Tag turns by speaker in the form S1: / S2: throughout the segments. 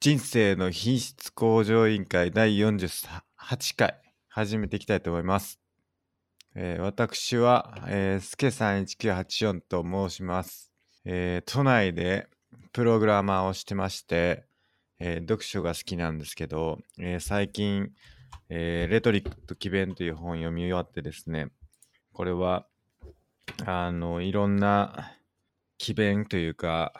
S1: 人生の品質向上委員会第48回始めていきたいと思います。えー私は、えー、すけさん1984と申します、えー都内でプログラマーをしてまして、えー読書が好きなんですけど、えー最近、えーレトリックと奇弁という本を読み終わってですね、これは、あの、いろんな奇弁というか、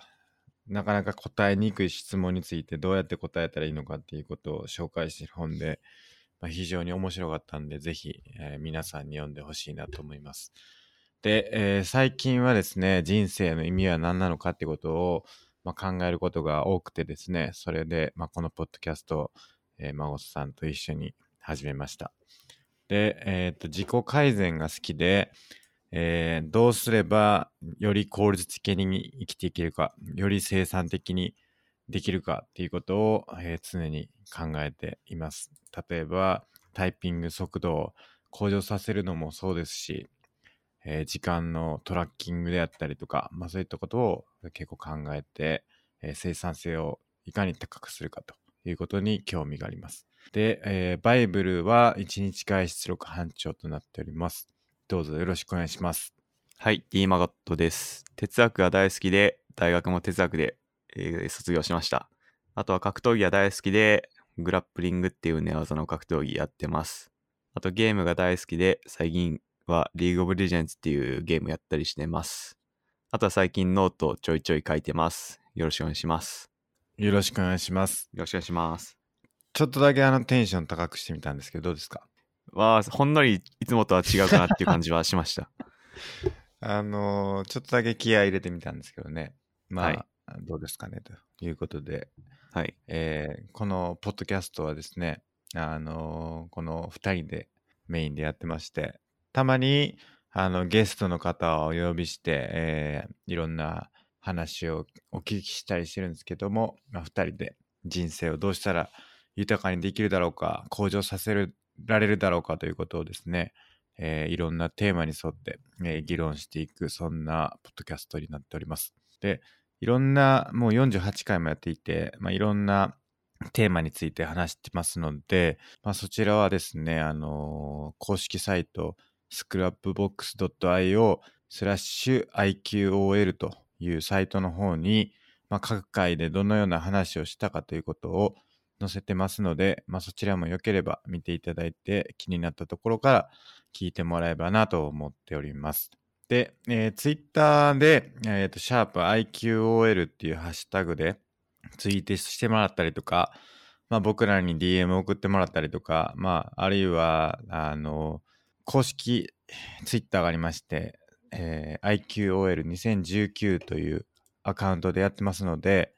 S1: なかなか答えにくい質問についてどうやって答えたらいいのかっていうことを紹介している本で、まあ、非常に面白かったんで、ぜひ、えー皆さんに読んでほしいなと思います。で、えー最近はですね、人生の意味は何なのかってことを、まあ、考えることが多くてですね、それで、まあ、このポッドキャストを、えー孫さんと一緒に始めました。で、えーっと、自己改善が好きで、えーどうすればより効率的に生きていけるか、より生産的にできるかっていうことを、えー常に考えています。例えばタイピング速度を向上させるのもそうですし、えー時間のトラッキングであったりとか、まあ、そういったことを結構考えて、えー生産性をいかに高くするかということに興味があります。で、えーバイブルは1日会出力班長となっております。どうぞよろしくお願いします。
S2: はい、D マガットです。哲学が大好きで、大学も哲学で、えー卒業しました。あとは格闘技が大好きで、グラップリングっていう寝技の格闘技やってます。あとゲームが大好きで、最近はリーグオブレジェンズっていうゲームやったりしてます。あとは最近ノートをちょいちょい書いてます。よろしくお願いします。
S1: よろしくお願いします。
S2: よろしくお願いします。
S1: ちょっとだけあのテンション高くしてみたんですけど、どうですか
S2: わあ、ほんのりいつもとは違うかなっていう感じはし ました。
S1: あのーちょっとだけ気合い入れてみたんですけどね。まあ、
S2: はい
S1: どうですかねということで、
S2: はい。
S1: えーこのポッドキャストはですね、あのーこの2人でメインでやってまして、たまにあのゲストの方をお呼びして、えーいろんな話をお聞きしたりしてるんですけども、まあ、2人で人生をどうしたら豊かにできるだろうか、向上させられるだろうかということをですね、えーいろんなテーマに沿って、えー議論していく、そんなポッドキャストになっております。で、いろんな、もう48回もやっていて、まあ、いろんなテーマについて話してますので、まあ、そちらはですね、あのー公式サイト、scrapbox.io スラッシュ IQOL というサイトの方に、まあ、各回でどのような話をしたかということを載せてますので、まあ、そちらも良ければ見ていただいて気になったところから聞いてもらえばなと思っております。で、えー、ツイッターで、えー、と、シャープ i q o l っていうハッシュタグでツイートしてもらったりとか、まあ、僕らに DM を送ってもらったりとか、まあ、あるいは、あの、公式ツイッターがありまして、えー IQOL2019 というアカウントでやってますので、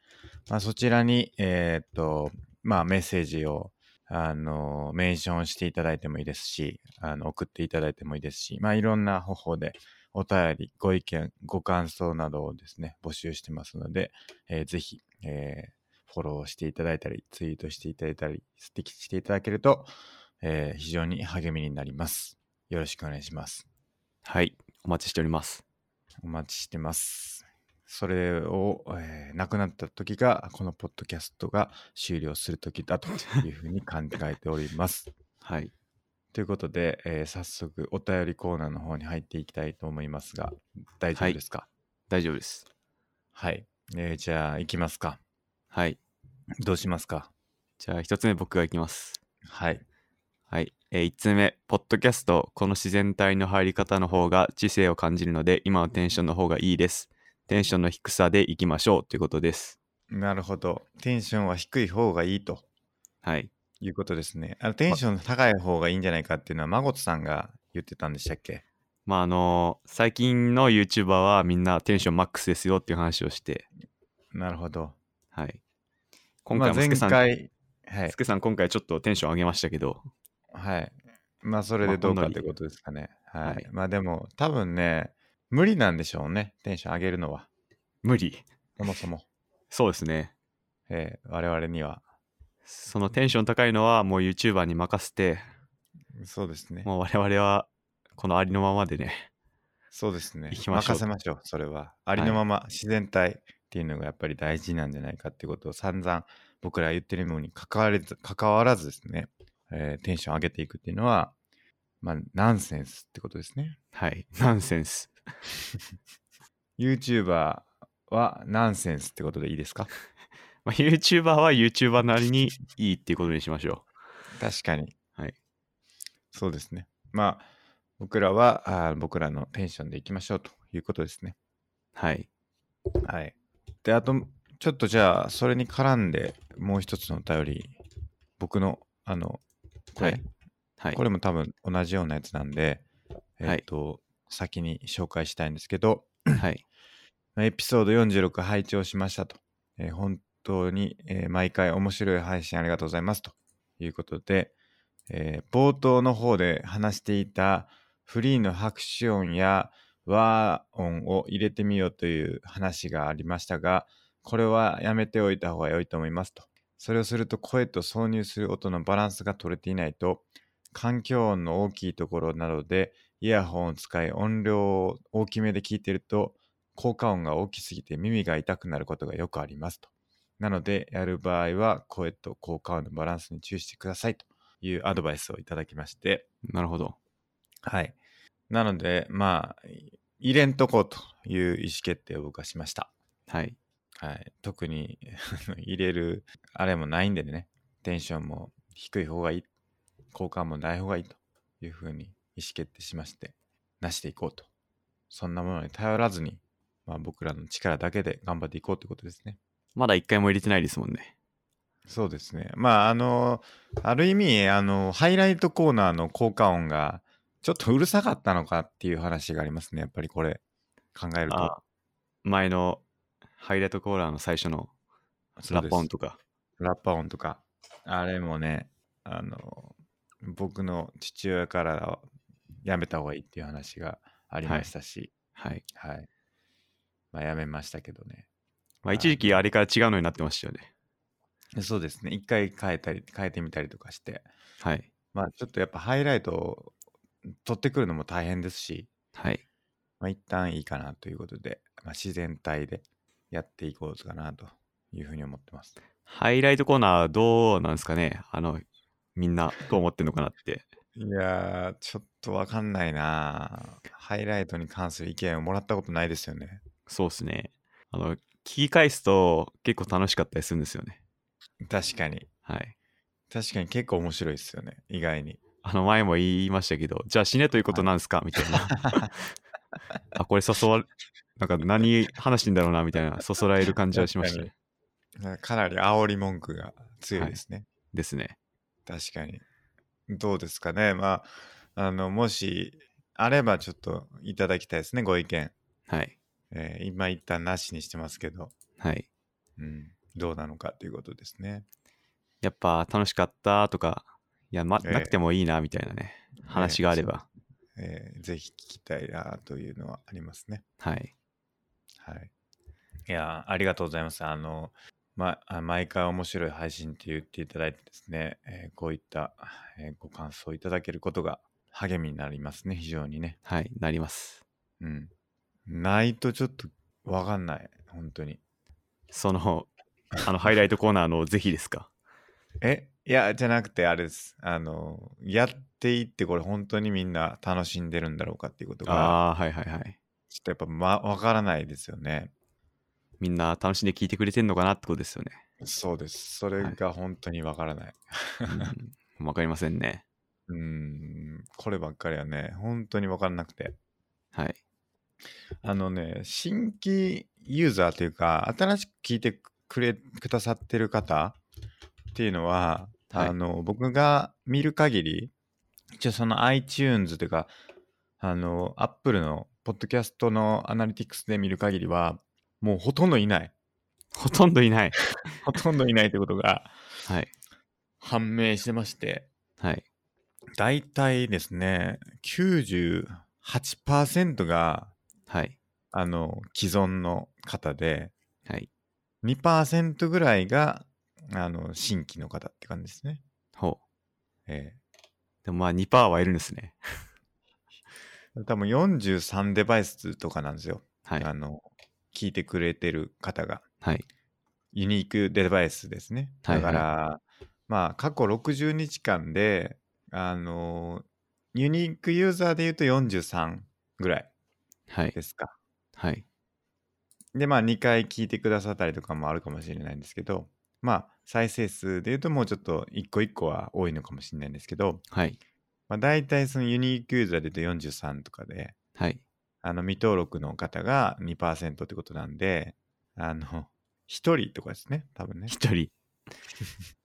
S1: まあ、そちらに、えーっと、まあ、メッセージを、あの、メンションしていただいてもいいですし、あの、送っていただいてもいいですし、まあ、いろんな方法でお便り、ご意見、ご感想などをですね、募集してますので、えーぜひ、えーフォローしていただいたり、ツイートしていただいたり、スティックしていただけると、えー非常に励みになります。よろしくお願いします。
S2: はい、お待ちしております。
S1: お待ちしてます。それを、えーなくなった時が、このポッドキャストが終了する時だというふうに考えております。
S2: はい。
S1: ということで、えー早速お便りコーナーの方に入っていきたいと思いますが、大丈夫ですか
S2: 大丈夫です。
S1: はい。えーじゃあ、行きますか。
S2: はい。
S1: どうしますか
S2: じゃあ一つ目僕がいきます。
S1: はい。
S2: はい。えー、一つ目、ポッドキャスト、この自然体の入り方の方が知性を感じるので、今のテンションの方がいいです。テンションの低さでいきましょうということです。
S1: なるほど。テンションは低い方がいいと
S2: はい。
S1: いうことですね。あのテンションの高い方がいいんじゃないかっていうのは、まごとさんが言ってたんでしたっけ
S2: まああのー最近の YouTuber はみんなテンションマックスですよっていう話をして、
S1: なるほど。
S2: はい。今回
S1: まあ
S2: もス
S1: 前
S2: ケさん、
S1: 回、はい
S2: ス。ケさん今回ちょっとテンション上げましたけど、
S1: はい。まあ、それ
S2: まあ
S1: でどう
S2: ほん
S1: か
S2: の
S1: っ
S2: り
S1: てことですかね。は
S2: はいい。
S1: まあ、でも、多分ね、無理なんでしょうね。テンション上げるのは。
S2: 無理。
S1: そもそも。
S2: そうですね。
S1: えー我々には。
S2: そのテンション高いのはもう YouTuber に任せて、
S1: そうですね。
S2: もう我々はこのありのままでね、
S1: そうですね。
S2: 行きましょう
S1: 任せましょう、それは。ありのまま、自然体っていうのがやっぱり大事なんじゃないかってことを散々僕ら言ってるのに関われず関わらずですね、えーテンション上げていくっていうのは、まあ、ナンセンスってことですね。
S2: はい。ナンセンス。
S1: YouTuber はナンセンスってことでいいです か
S2: まあ、YouTuber は YouTuber なりにいいっていうことにしましょ
S1: 確かに。
S2: はい。
S1: そうですね。まあ、僕らはあー僕らのテンションでいきましょうということですね。
S2: う。はい。
S1: はい。で、あと、ちょっとじゃあ、それに絡んで、もう一つのお便り、僕の、あの、これ、
S2: はいはい
S1: こ。れも多分同じようなやつなんで、えっ、
S2: はい
S1: と、先に紹介したいんですけど、
S2: はい。
S1: エピソード46拝聴しましたと。えー本当に、えー毎回面白い配信ありがとうございますということで、えー冒頭の方で話していたフリーの拍手音や和音を入れてみようという話がありましたが、これはやめておいた方が良いと思いますと。それをすると声と挿入する音のバランスが取れていないと、環境音の大きいところなどでイヤホンを使い音量を大きめで聞いていると効果音が大きすぎて耳が痛くなることがよくありますと。なので、やる場合は声と効果音のバランスに注意してくださいというアドバイスをいただきまして、
S2: なるほど。
S1: はい。なので、まあ、入れんとこうという意思決定を僕はしました。
S2: はい。
S1: はい。特にあの入れるあれもないんでね、テンションも低い方がいい、効果音もない方がいいというふうに意思決定しまして、なしていこうと。そんなものに頼らずに、まあ、僕らの力だけで頑張っていこうということですね。
S2: まだ一回も入れてないですもんね。
S1: そうですね。まあ、あの、ある意味、あの、ハイライトコーナーの効果音が、ちょっとうるさかったのかっていう話がありますね。やっぱりこれ、考えると。
S2: あ前のハイライトコーラーの最初の
S1: そ
S2: ラ
S1: うです
S2: ッパ音とか。
S1: ラッパ音とか。あれもね、あの、僕の父親からはやめた方がいいっていう話がありましたし、
S2: はい。
S1: はい。まあ、やめましたけどね。
S2: まあ、一時期あれから違うのになってましたよね。
S1: そうですね。一回変えたり、変えてみたりとかして、
S2: はい。
S1: まあ、ちょっとやっぱハイライトを取ってくるのも大変ですし、
S2: はい。
S1: まあ、一旦いいかなということで、まあ、自然体でやっていこうかなというふうに思ってます。
S2: ハイライトコーナーどうなんですかねあの、みんなどう思ってんのかなって。
S1: いやー、ちょっとわかんないなーハイライトに関する意見をもらったことないですよね。
S2: そうっすね。あの、聞き返すと結構楽しかったりするんですよね。
S1: 確かに。
S2: はい。
S1: 確かに結構面白いですよね。意外に。
S2: あの、前も言いましたけど、じゃあ死ねということなんですかみた いな。あ、これ誘われ、なんか何話してんだろうなみたいな、そそられる感じはしましたね。
S1: かなり煽り文句が強いですね。
S2: ですね。
S1: 確かに。どうですかね。まあ、あの、もし、あればちょっといただきたいですね、ご意見。
S2: はい。
S1: えー今一旦なしにしてますけど、
S2: はい。
S1: うん、どうなのかということですね。
S2: やっぱ楽しかったとか、いや、ま、
S1: ええ
S2: なくてもいいなみたいなね、話があれば。
S1: えーぜひ聞きたいなというのはありますね。
S2: はい。
S1: はい。いやー、ありがとうございます。あの、ま、あ毎回面白い配信って言っていただいてですね、えーこういった、えーご感想いただけることが励みになりますね、非常にね。
S2: はい。なります。
S1: うん。ないとちょっとわかんない、本当に。
S2: その、あの、ハイライトコーナーの是非ですか。
S1: えいや、じゃなくて、あれです。あの、やっていって、これ本当にみんな楽しんでるんだろうかっていうことが、
S2: ああー、はいはいはい。
S1: ちょっとやっぱ、ま、わからないですよね。
S2: みんな楽しんで聞いてくれてんのかなってことですよね。
S1: そうです。それ
S2: はい
S1: が本当にわからない。
S2: うんわかりませんね。
S1: うーん、こればっかりはね、本当にわからなくて。
S2: はい。
S1: あのね、新規ユーザーというか、新しく聞いてくれ、くださってる方っていうのは、
S2: はい
S1: あの、僕が見る限り、一応その iTunes というか、あの、Apple のポッドキャストのアナリティクスで見る限りは、もうほとんどいない。
S2: ほとんどいない。
S1: ほとんどいないということが
S2: はい。
S1: 判明してまして、
S2: はい。
S1: 大体ですね、98%が、
S2: はい。
S1: あの、既存の方で、
S2: はい。
S1: 2%ぐらいが、あの、新規の方って感じですね。
S2: ほ
S1: え
S2: う。でもまあ2%はいるんですね。
S1: え多分43デバイスとかなんですよ。
S2: はい
S1: あ。の、聞いてくれてる方が。
S2: はい。
S1: ユニークデバイスですね。
S2: はいは
S1: だか
S2: い
S1: ら、まあ、過去60日間で、あのーユニークユーザーで言うと43ぐらい
S2: はい。
S1: ですか。
S2: はい。
S1: で、まあ、2回聞いてくださったりとかもあるかもしれないんですけど、まあ、再生数で言うともうちょっと1個1個は多いのかもしれないんですけど、
S2: はい。
S1: まあ、大体そのユニークユーザーで言うと43とかで、
S2: はい。
S1: あの未登録の方が2%ってことなんで、あの、1人とかですね、多分ね。
S2: 一人。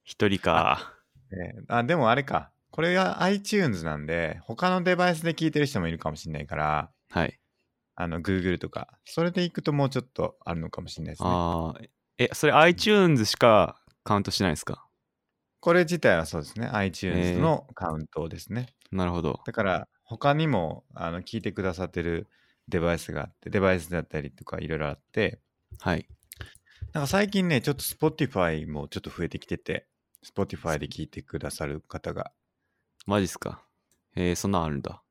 S2: 一人か。
S1: えーあ、でもあれか。これが iTunes なんで、他のデバイスで聞いてる人もいるかもしれないから、
S2: はい。
S1: あの、Google とか、それで行くともうちょっとあるのかもしれないですね。
S2: ああ。え、それ iTunes しかカウントしてないですか
S1: これ自体はそうですね。iTunes のカウントですね。
S2: なるほど。
S1: だから、他にも、あの、聞いてくださってるデバイスがあって、デバイスだったりとかいろいろあって、
S2: はい。
S1: なんか最近ね、ちょっと Spotify もちょっと増えてきてて、Spotify で聞いてくださる方が、
S2: マジっすか。えー、そんなんあるんだ。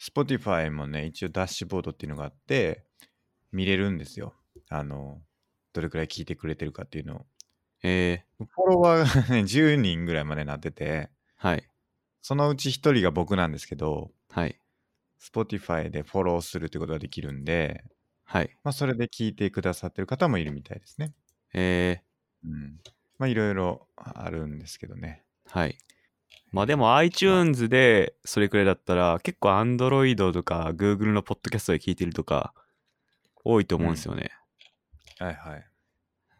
S1: Spotify もね、一応ダッシュボードっていうのがあって、見れるんですよ。あの、どれくらい聞いてくれてるかっていうの
S2: え
S1: を。フォロワーがね、10人 ぐらいまでなってて、
S2: ー、はい。
S1: そのうち1人が僕なんですけど、
S2: はい。
S1: Spotify でフォローするってことができるんで、
S2: はい。
S1: まあ、それで聞いてくださってる方もいるみたいですね。
S2: え
S1: うん。まあ、いろいろあるんですけどね。
S2: ー、はい。まあでも iTunes でそれくらいだったら結構 Android とか Google のポッドキャストで聞いてるとか多いと思うんですよね。
S1: はいはい。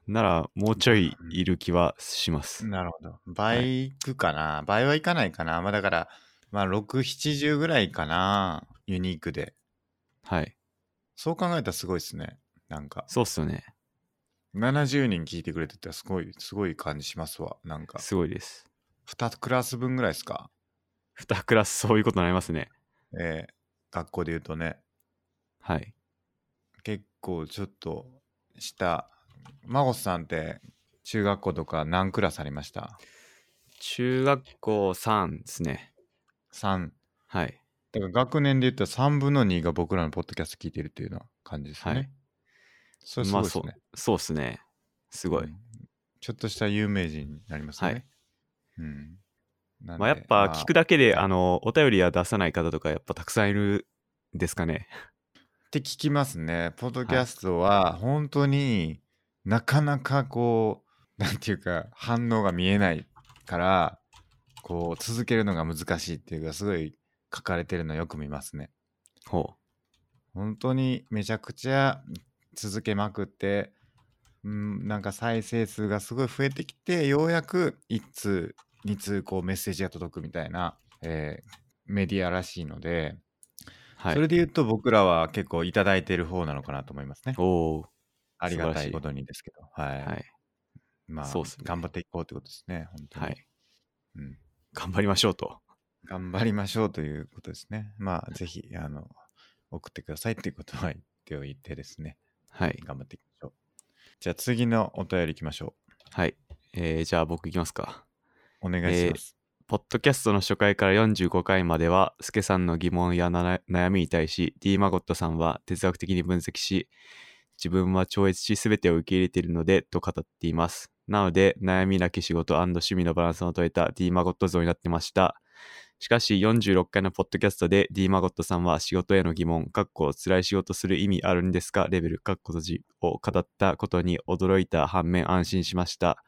S2: ならもうちょいいる気はします。
S1: なるほど。倍いくかな、倍はいかないかなまあ、だから、まあ、6、70ぐらいかなユニークで。
S2: はい。
S1: そう考えたらすごいですね。なんか、
S2: そうっすよね。
S1: 70人聞いてくれてたらすごい、すごい感じしますわ。なんか、
S2: すごいです。
S1: 2クラス分ぐらいですか
S2: 2クラスそういうことになりますね。
S1: ええ学校で言うとね、
S2: はい。
S1: 結構ちょっとした、孫さんって中学校とか何クラスありました
S2: 中学校3ですね。
S1: ?3。
S2: はい。
S1: だから学年で言ったら3分の2が僕らのポッドキャスト聞いてるっていうような感じですね。
S2: はい
S1: それす
S2: ま
S1: ごい
S2: あ
S1: です
S2: そ
S1: ね。
S2: う、そうっすね。すごい。
S1: うんちょっとした有名人になりますね。
S2: はい
S1: うん。なんで
S2: まあやっぱ聞
S1: ま
S2: く
S1: あ
S2: だけで、あの、お便りは出さない方とかやっぱたくさんいるんですかね。
S1: って聞きますね。ポッドキャストは本当になかなかこう、なんていうか反応が見えないから、こう続けるのが難しいっていうか、すごい書かれてるのよく見ますね。
S2: ほ
S1: 本当にめちゃくちゃ続けまくって、うん、なんか再生数がすごい増えてきてようやく1通2通こうメッセージが届くみたいな、えーメディアらしいので、
S2: う。はい。
S1: それで言うと僕らは結構いただいてる方なのかなと思いますね。
S2: おー
S1: ありが
S2: 素晴ら
S1: た
S2: しい
S1: いことにですけど、はい。
S2: はい。
S1: まあ、
S2: そうっすね
S1: 頑張っていこうということですね、本当に、
S2: はい。
S1: うん。
S2: 頑張りましょうと。
S1: 頑張りましょうということですね。まあ、ぜひ、あの、送ってくださいということは言っておいてですね、
S2: はい。
S1: 頑張っていきましょう。じゃあ次のお便り行きましょ
S2: はい。えー、じゃあ僕いきますか。
S1: う。お願いします。
S2: ポッドキャストの初回から45回までは、スケさんの疑問やなな悩みに対し、D ・マゴットさんは哲学的に分析し、自分は超越し全てを受け入れているので、と語っています。なので、悩みなき仕事趣味のバランスの取れた D ・マゴット像になってました。しかし、46回のポッドキャストで D ・マゴットさんは仕事への疑問、かっこ辛い仕事する意味あるんですかレベル、かっこ閉じを語ったことに驚いた反面安心しました。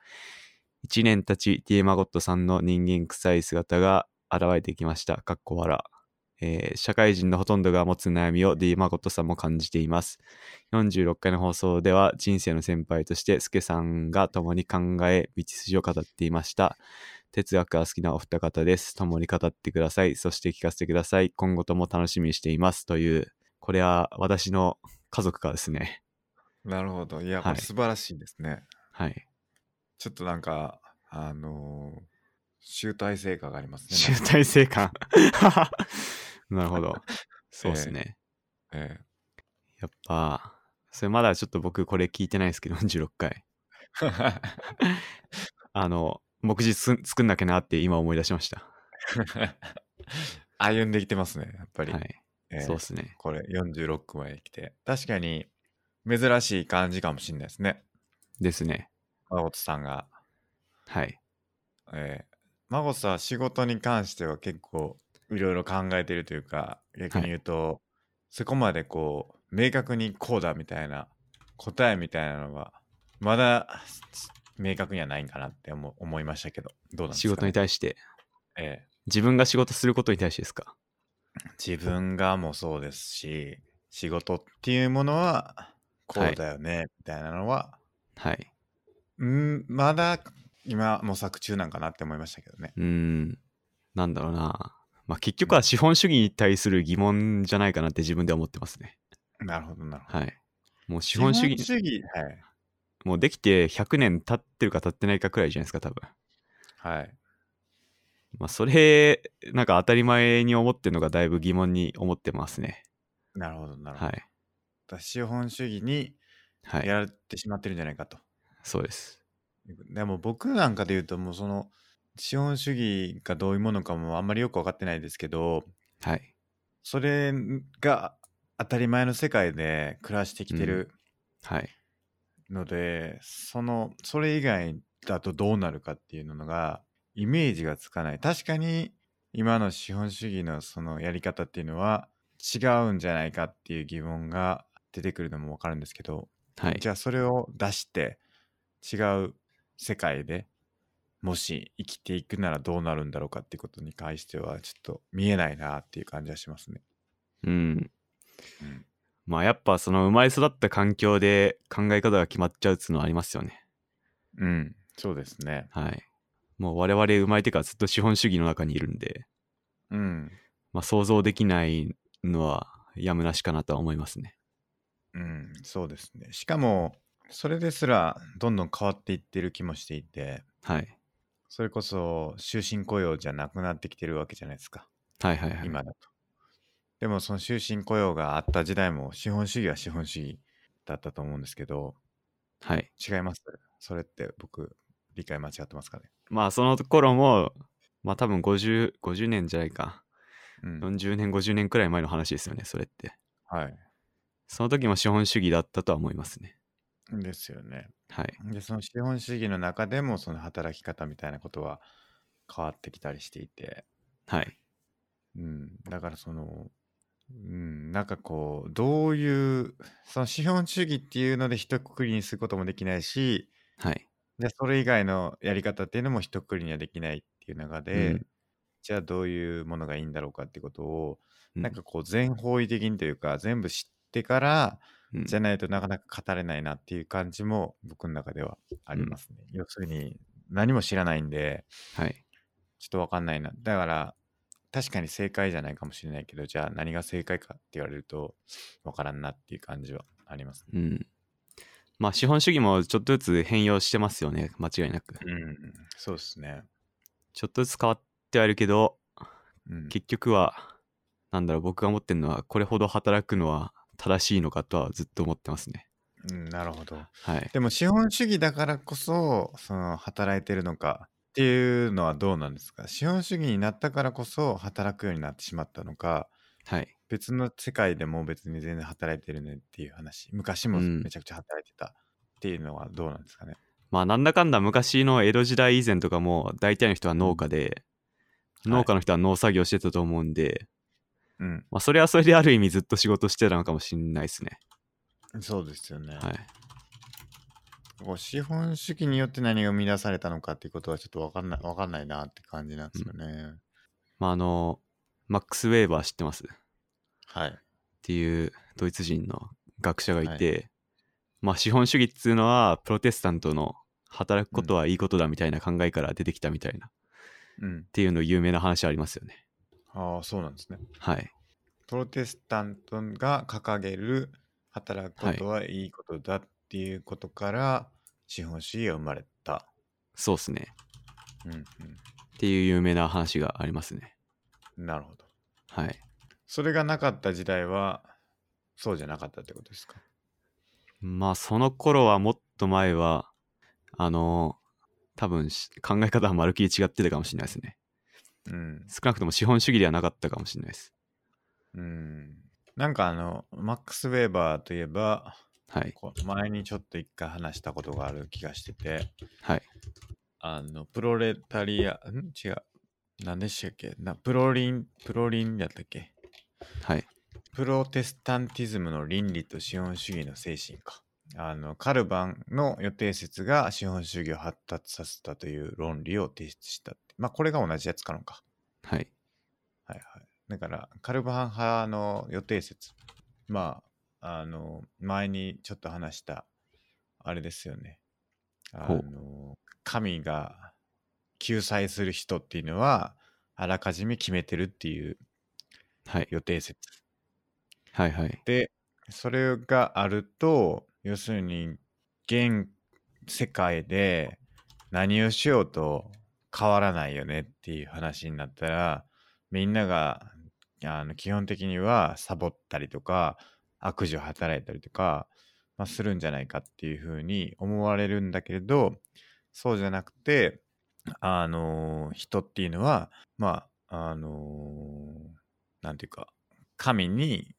S2: 一年たち、ティーマゴットさんの人間臭い姿が現れてきました。かっこ笑。えー社会人のほとんどが持つ悩みを D ・マゴットさんも感じています。46回の放送では人生の先輩としてスケさんが共に考え、道筋を語っていました。哲学が好きなお二方です。共に語ってください。そして聞かせてください。今後とも楽しみにしています。という、これは私の家族からですね。
S1: なるほど。いや、
S2: はい
S1: これ素晴らしいですね。
S2: はい。
S1: ちょっとなんか、あのー集大成果がありますね。
S2: 集大成感。 なるほど。そうですね。
S1: ええ
S2: やっぱ、それまだちょっと僕これ聞いてないですけど、46回。あの、目次つ作んなきゃなって今思い出しました。
S1: 歩んできてますね、やっぱり。
S2: はい。
S1: ええ
S2: そうですね。
S1: これ46まで来て。確かに珍しい感じかもしれないですね。
S2: ですね。
S1: 誠さんが。
S2: はい。
S1: えー、孫さん仕事に関しては結構いろいろ考えてるというか逆に言うと、そこまでこう明確にこうだみたいな答えみたいなのはまだす明確にはないんかなって思思いましたけどどうなんですか
S2: 仕事に対して。
S1: え
S2: 自分が仕事することに対してですか
S1: ー自分がもそうですし仕事っていうものはこうだよね、みたいなのは
S2: はい。
S1: うんまだ今模索中なんかなって思いましたけどね
S2: うーん。なんだろうな。まあ、結局は資本主義に対する疑問じゃないかなって自分では思ってますね。
S1: なるほどなるほど
S2: はい。もう資本主義、
S1: 資本主義はい
S2: もうできて100年経ってるか経ってないかくらいじゃないですか、多分。
S1: はい
S2: まあ、それ、なんか当たり前に思ってるのがだいぶ疑問に思ってますね。
S1: なるほど、なるほ
S2: は
S1: ど。
S2: い。
S1: 資本主義に
S2: はい。
S1: やられてしまってるんじゃないかと。
S2: そうです。
S1: でも僕なんかで言うと、もうその、資本主義がどういうものかもあんまりよく分かってないですけど、
S2: はい。
S1: それが当たり前の世界で暮らしてきてる
S2: はい。
S1: ので、その、それ以外だとどうなるかっていうのが、イメージがつかない。確かに、今の資本主義のそのやり方っていうのは違うんじゃないかっていう疑問が出てくるのもわかるんですけど、
S2: はい
S1: じ。ゃあそれを出して違う世界でもし生きていくならどうなるんだろうかっていうことに関してはちょっと見えないなっていう感じはしますね。
S2: うん。
S1: うん
S2: まあ、やっぱその生まれ育った環境で考え方が決まっちゃうっつうのはありますよね。
S1: うん、そうですね。
S2: はい。もう我々生まれてからずっと資本主義の中にいるんで、
S1: うん、
S2: まあ、想像できないのはやむなしかなとは思いますね。
S1: うん、そうですね。しかもそれですらどんどん変わっていってる気もしていて
S2: はい。
S1: それこそ終身雇用じゃなくなってきてるわけじゃないですか
S2: はいはいはい。
S1: 今だと。でもその終身雇用があった時代も資本主義は資本主義だったと思うんですけど、
S2: はい。
S1: 違いますそれって僕理解間違ってますかね
S2: まあその頃も、まあ多分50、50年じゃないか。
S1: うん
S2: 40年、50年くらい前の話ですよね、それって。
S1: はい
S2: その時も資本主義だったとは思いますね。
S1: ですよね
S2: はい。
S1: でその資本主義の中でもその働き方みたいなことは変わってきたりしていて
S2: はい。
S1: うんだからそのうんなんかこうどういうその資本主義っていうので一括りにすることもできないし
S2: はい。
S1: でそれ以外のやり方っていうのも一括りにはできないっていう中で、
S2: うん
S1: じゃあどういうものがいいんだろうかってことを
S2: う
S1: なんかこう全方位的にというか全部知ってから
S2: うん
S1: じゃないとなかなか語れないなっていう感じも僕の中ではありますね。要するに何も知らないんで
S2: はい。
S1: ちょっとわかんないな。だから確かに正解じゃないかもしれないけどじゃあ何が正解かって言われるとわからんなっていう感じはありますね。
S2: うん。まあ資本主義もちょっとずつ変容してますよね、間違いなく。
S1: うん、そうですね。
S2: ちょっとずつ変わってはいるけど、
S1: うん、
S2: 結局は、なんだろう、僕が思ってるのは、これほど働くのは正しいのかとはずっと思ってますね。
S1: うんなるほど。
S2: はい。
S1: でも資本主義だからこそその働いてるのかっていうのはどうなんですか資本主義になったからこそ働くようになってしまったのか
S2: はい。
S1: 別の世界でも別に全然働いてるねっていう話昔も
S2: うん
S1: めちゃくちゃ働いてたっていうのはどうなんですかね、
S2: まあ、なんだかんだ昔の江戸時代以前とかも、大体の人は農家で、
S1: はい
S2: 農家の人は農作業してたと思うんで、
S1: うん、
S2: まあ、それはそれである意味ずっと仕事してたのかもしれないですね。
S1: そうですよね、
S2: はい。
S1: こう資本主義によって何が生み出されたのかっていうことはちょっと分かんないわかんないなって感じなんですよね、
S2: まあ、あの、マックス・ウェーバー知ってますっ
S1: はい
S2: ていうドイツ人の学者がいて、まあ、資本主義っていうのは、プロテスタントの働くことはいいことだみたいな考えから出てきたみたいな、っ
S1: うん
S2: ていうの有名な話ありますよね。
S1: ああそうなんですね
S2: はい。
S1: プロテスタントが掲げる働くことはいいことだっていうことから資本主義が生まれた。
S2: そうですね。
S1: うん
S2: っていう有名な話がありますね。
S1: うん、なるほど。
S2: はい。
S1: それがなかった時代はそうじゃなかったってことですか。
S2: まあ、その頃はもっと前は、あの、多分し考え方はまるっきり違ってたかもしれないですね。
S1: うん。
S2: 少なくとも資本主義ではなかったかもしれないです。
S1: うん、なんかあのマックス・ウェーバーといえば
S2: はい。
S1: こう前にちょっと一回話したことがある気がしてて、
S2: はい。
S1: あの、プロレタリア、ん違う。何でしたっけなプロリン、プロリンだったっけ
S2: はい。
S1: プロテスタンティズムの倫理と資本主義の精神か。あの、カルバンの予定説が資本主義を発達させたという論理を提出したって。まあ、これが同じやつかのか。
S2: はい。
S1: はいはい。だから、カルバン派の予定説。まあ、あの、前にちょっと話した、あれですよね。あ
S2: ほう
S1: の、神が救済する人っていうのは、あらかじめ決めてるっていう
S2: はい。
S1: 予定説。
S2: はい。はい。
S1: で、それがあると、要するに、現世界で何をしようと変わらないよねっていう話になったら、みんなが、あの基本的にはサボったりとか、悪事を働いたりとか、まあ、するんじゃないかっていうふうに思われるんだけれど、そうじゃなくて、あのー人っていうのは、まあ、あのーなんていうか、神に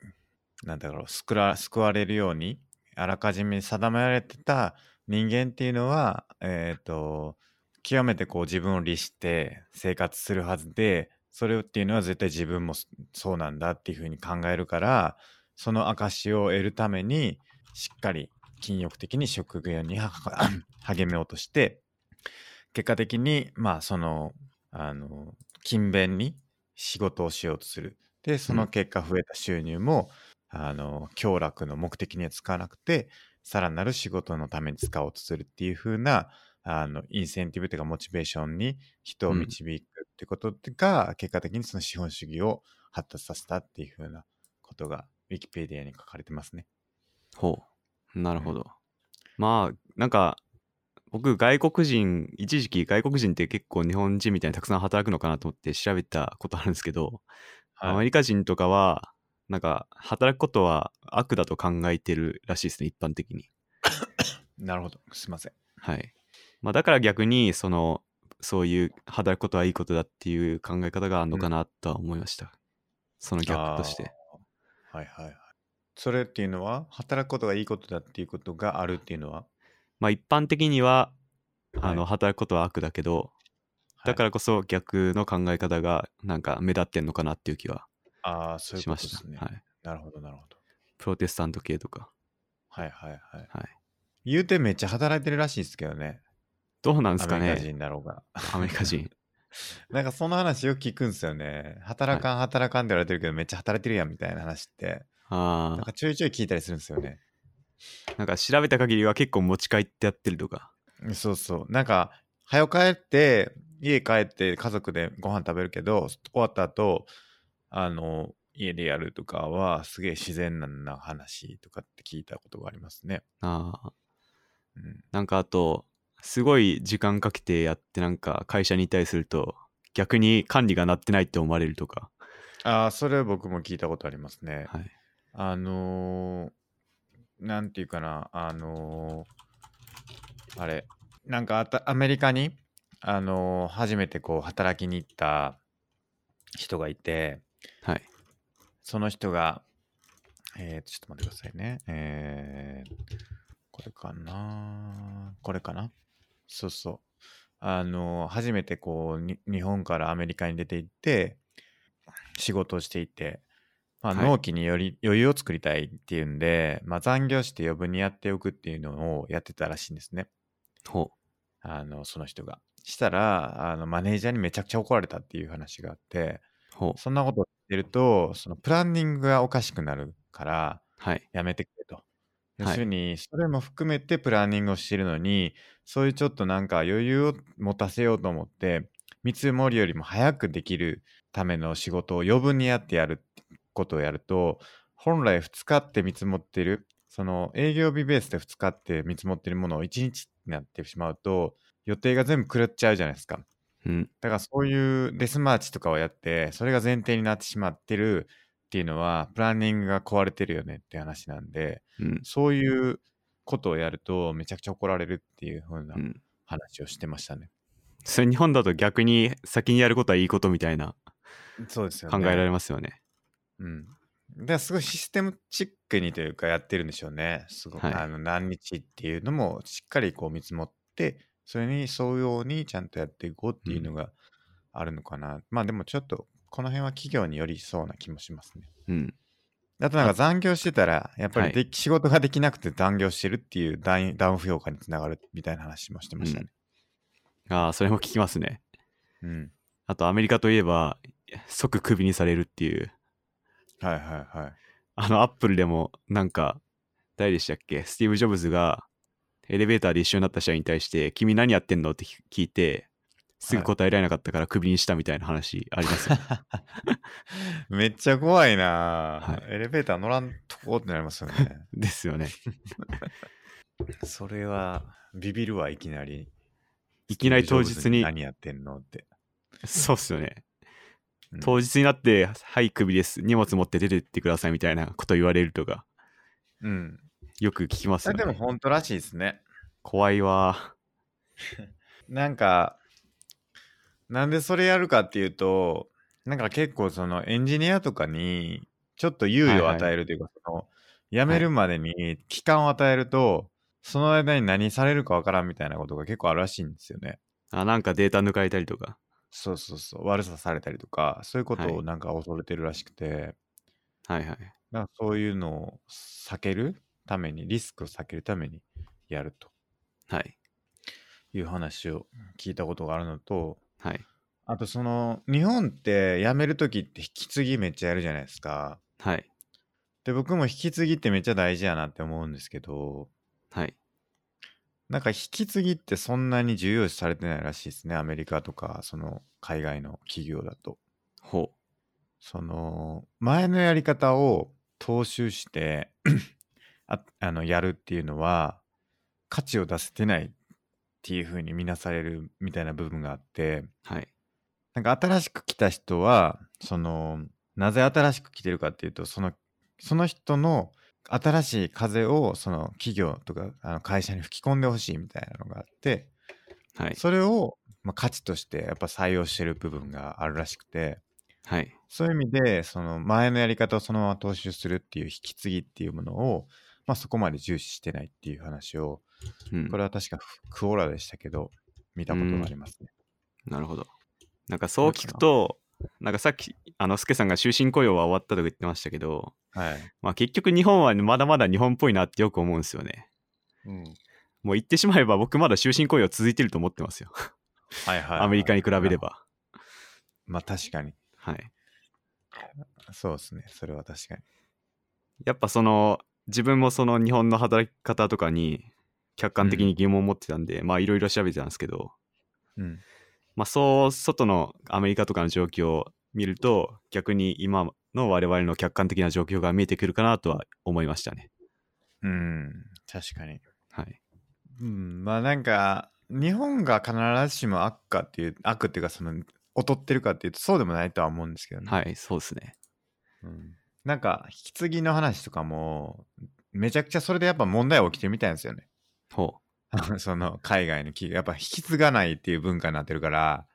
S1: なんだろう救ら救われるようにあらかじめ定められてた人間っていうのはえっ、と極めてこう自分を律して生活するはずでそれっていうのは絶対自分もそそうなんだっていうふうに考えるからその証を得るためにしっかり禁欲的に職業には励めようとして結果的にまあそのあの勤勉に仕事をしようとするでその結果増えた収入も、あの、強楽の目的には使わなくて、さらなる仕事のために使おうとするっていう風な、あの、インセンティブというか、モチベーションに人を
S2: うん
S1: 導くってことが、結果的にその資本主義を発達させたっていう風なことが、ウィキペディアに書かれてますね。
S2: ほう。なるほど。まあ、なんか、僕、外国人、一時期外国人って結構日本人みたいにたくさん働くのかなと思って調べたことあるんですけど、アメ
S1: い。
S2: リカ人とかは、なんか、働くことは悪だと考えてるらしいですね、一般的に。
S1: なるほど。すいません。
S2: はい。まあ、だから逆に、その、そういう働くことはいいことだっていう考え方があるのかなとは思いました。その逆として。
S1: はいはいはい。それっていうのは、働くことがいいことだっていうことがあるっていうのは、
S2: まあ一般的には、あの、
S1: は、
S2: 働くことは悪だけど、だかららこそ逆の考え方がなんか目立ってんのかなっていう気は
S1: ああ、そういう
S2: し
S1: こ
S2: ま
S1: とで
S2: した。
S1: すね。
S2: はい。
S1: なるほど、なるほど。
S2: プロテスタント系とか。
S1: はいはいはい。
S2: はい。
S1: 言うてめっちゃ働いてるらしいですけどね。
S2: どうなんです
S1: ア
S2: か
S1: メリカ
S2: ね
S1: 人だろうが。
S2: アメリカ人。
S1: なんかその話よく聞くんですよね。働かん、働かんって言われてるけど、めっちゃ働いてるやんみたいな話って、
S2: あ
S1: なん
S2: あ
S1: かちょいちょい聞いたりするんですよね。
S2: なんか調べた限りは結構持ち帰ってやってるとか。
S1: そうそう。なんか、早く帰って、家帰って家族でご飯食べるけど、終わった後、あの、家でやるとかは、すげえ自然な話とかって聞いたことがありますね。
S2: ああ
S1: うん、
S2: なんかあと、すごい時間かけてやってなんか会社にいたりすると、逆に管理がなってないって思われるとか。
S1: ああ、それ僕も聞いたことありますね。
S2: はい。
S1: あのー、なんていうかな、あのー、あれ、なんかあたアメリカに、あのー初めてこう働きに行った人がいて、
S2: はい。
S1: その人が、えー、ちょっと待ってくださいね。えー、これかなこれかなそうそう。あのー初めてこうに日本からアメリカに出て行って仕事をしていて、まあ、
S2: はい
S1: 納期により余裕を作りたいっていうんで、まあ、残業して余分にやっておくっていうのをやってたらしいんですね。
S2: ほ
S1: あのその人が。したらあのマネージャーにめちゃくちゃ怒られたっていう話があって。
S2: う。ほう。
S1: そんなことを言ってると、そのプランニングがおかしくなるから、
S2: はい。
S1: やめてくれと。
S2: い
S1: 要するに、それも含めてプランニングをしてるのに、そういうちょっとなんか余裕を持たせようと思って、見積もりよりも早くできるための仕事を余分にやってやることをやると、本来2日って見積もってる、その営業日ベースで2日って見積もってるものを1日になってしまうと、予定が全部狂っちゃうじゃないですか。
S2: うん。
S1: だからそういうデスマーチとかをやって、それが前提になってしまってるっていうのは、プランニングが壊れてるよねって話なんで、
S2: うん。
S1: そういうことをやるとめちゃくちゃ怒られるっていう風な
S2: うん。
S1: 話をしてましたね。
S2: それ日本だと逆に先にやることはいいことみたいな
S1: そうですよ
S2: 考
S1: ね。
S2: えられますよね。
S1: うん。だからすごいシステムチックにというかやってるんでしょうね。すごく、
S2: はい
S1: あの何日っていうのもしっかりこう見積もって、それに沿うようにちゃんとやっていこうっていうのがあるのかな。まあでもちょっとこの辺は企業によりそうな気もしますね。
S2: うん。
S1: あとなんか残業してたら、やっぱりで、仕事ができなくて残業してるっていうダウンダウン評価につながるみたいな話もしてましたね。
S2: ああ、それも聞きますね。
S1: うん。
S2: あと、アメリカといえば、即クビにされるっていう、
S1: はいはいはい。
S2: あの、アップルでも、なんか、誰でしたっけスティーブ・ジョブズが、エレベーターで一緒になった社員に対して、君何やってんのって聞いて、すぐ答えられなかったからクビにしたみたいな話ありますよ。
S1: めっちゃ怖いなぁ、
S2: は
S1: エレベーター乗らんとこってなります よね。
S2: ですよね。
S1: それは、ビビるわ、いきなり。
S2: いきなり当日に、
S1: 何やってんのって。
S2: そうっすよね
S1: うん。
S2: 当日になって、はい、クビです。荷物持って出てってくださいみたいなこと言われるとか、
S1: うん。
S2: よく聞きます
S1: そ
S2: よ
S1: れでも
S2: ね。
S1: 本当らしいですね。
S2: 怖いわ。
S1: なんか、なんでそれやるかっていうと、なんか結構そのエンジニアとかに、ちょっと猶予を与えるというか、その、辞めるまでに期間を与えると、その間に何されるかわからんみたいなことが結構あるらしいんですよね。
S2: あ、なんかデータ抜かれたりとか。
S1: そうそうそう、悪さされたりとか、そういうこと
S2: は
S1: を
S2: い
S1: なんか恐れてるらしくて、
S2: はいはい。
S1: なんかそういうのを避けるために、リスクを避けるためにやると
S2: はい。
S1: いう話を聞いたことがあるのと、
S2: はい。
S1: あとその、日本って辞めるときって引き継ぎめっちゃやるじゃないですか。
S2: はい。
S1: で、僕も引き継ぎってめっちゃ大事やなって思うんですけど、
S2: はい。
S1: なんか引き継ぎってそんなに重要視されてないらしいですね、アメリカとか、その海外の企業だと。
S2: ほ
S1: その前のやり方を踏襲して ああのやるっていうのは価値を出せてないっていう風に見なされるみたいな部分があって
S2: う。はい。
S1: なんか新しく来た人はそのなぜ新しく来てるかっていうとそのその人の新しい風をその企業とかあの会社に吹き込んでほしいみたいなのがあって
S2: はい。
S1: それを、まあ、価値としてやっぱ採用してる部分があるらしくて。
S2: はい。
S1: そういう意味で、その前のやり方をそのまま踏襲するっていう引き継ぎっていうものを、まあそこまで重視してないっていう話を、
S2: うん
S1: こ。れは確かフクオーラでしたけど、見たことがありますね。
S2: なるほど。なんかそう聞くと、なんかさっき、あの、スケさんが終身雇用は終わったとか言ってましたけど、
S1: はい。
S2: まあ結局日本はまだまだ日本っぽいなってよく思うんですよね。
S1: うん。
S2: もう言ってしまえば僕まだ終身雇用続いてると思ってますよ。
S1: はいはい。
S2: アメリカに比べれ
S1: ば。
S2: ば。
S1: まあ確かに。
S2: はい。
S1: そうですね。それは確かに。
S2: やっぱその、自分もその日本の働き方とかに客観的に疑問を持ってたんで、まあいろいろ調べてたんですけど、
S1: うん。
S2: まあ、そう外のアメリカとかの状況を見ると逆に今の我々の客観的な状況が見えてくるかなとは思いましたね。
S1: うん。確かに。
S2: はい、
S1: うん。まあなんか、日本が必ずしも悪かっていう、悪っていうかその、劣ってるかっていうと、そうでもないとは思うんですけどね。
S2: はい、そうですね。
S1: うんなんか引き継ぎの話とかもめちゃくちゃそれでやっぱ問題起きてるみたいなんですよね。
S2: ほう。
S1: その海外の企業やっぱ引き継がないっていう文化になってるから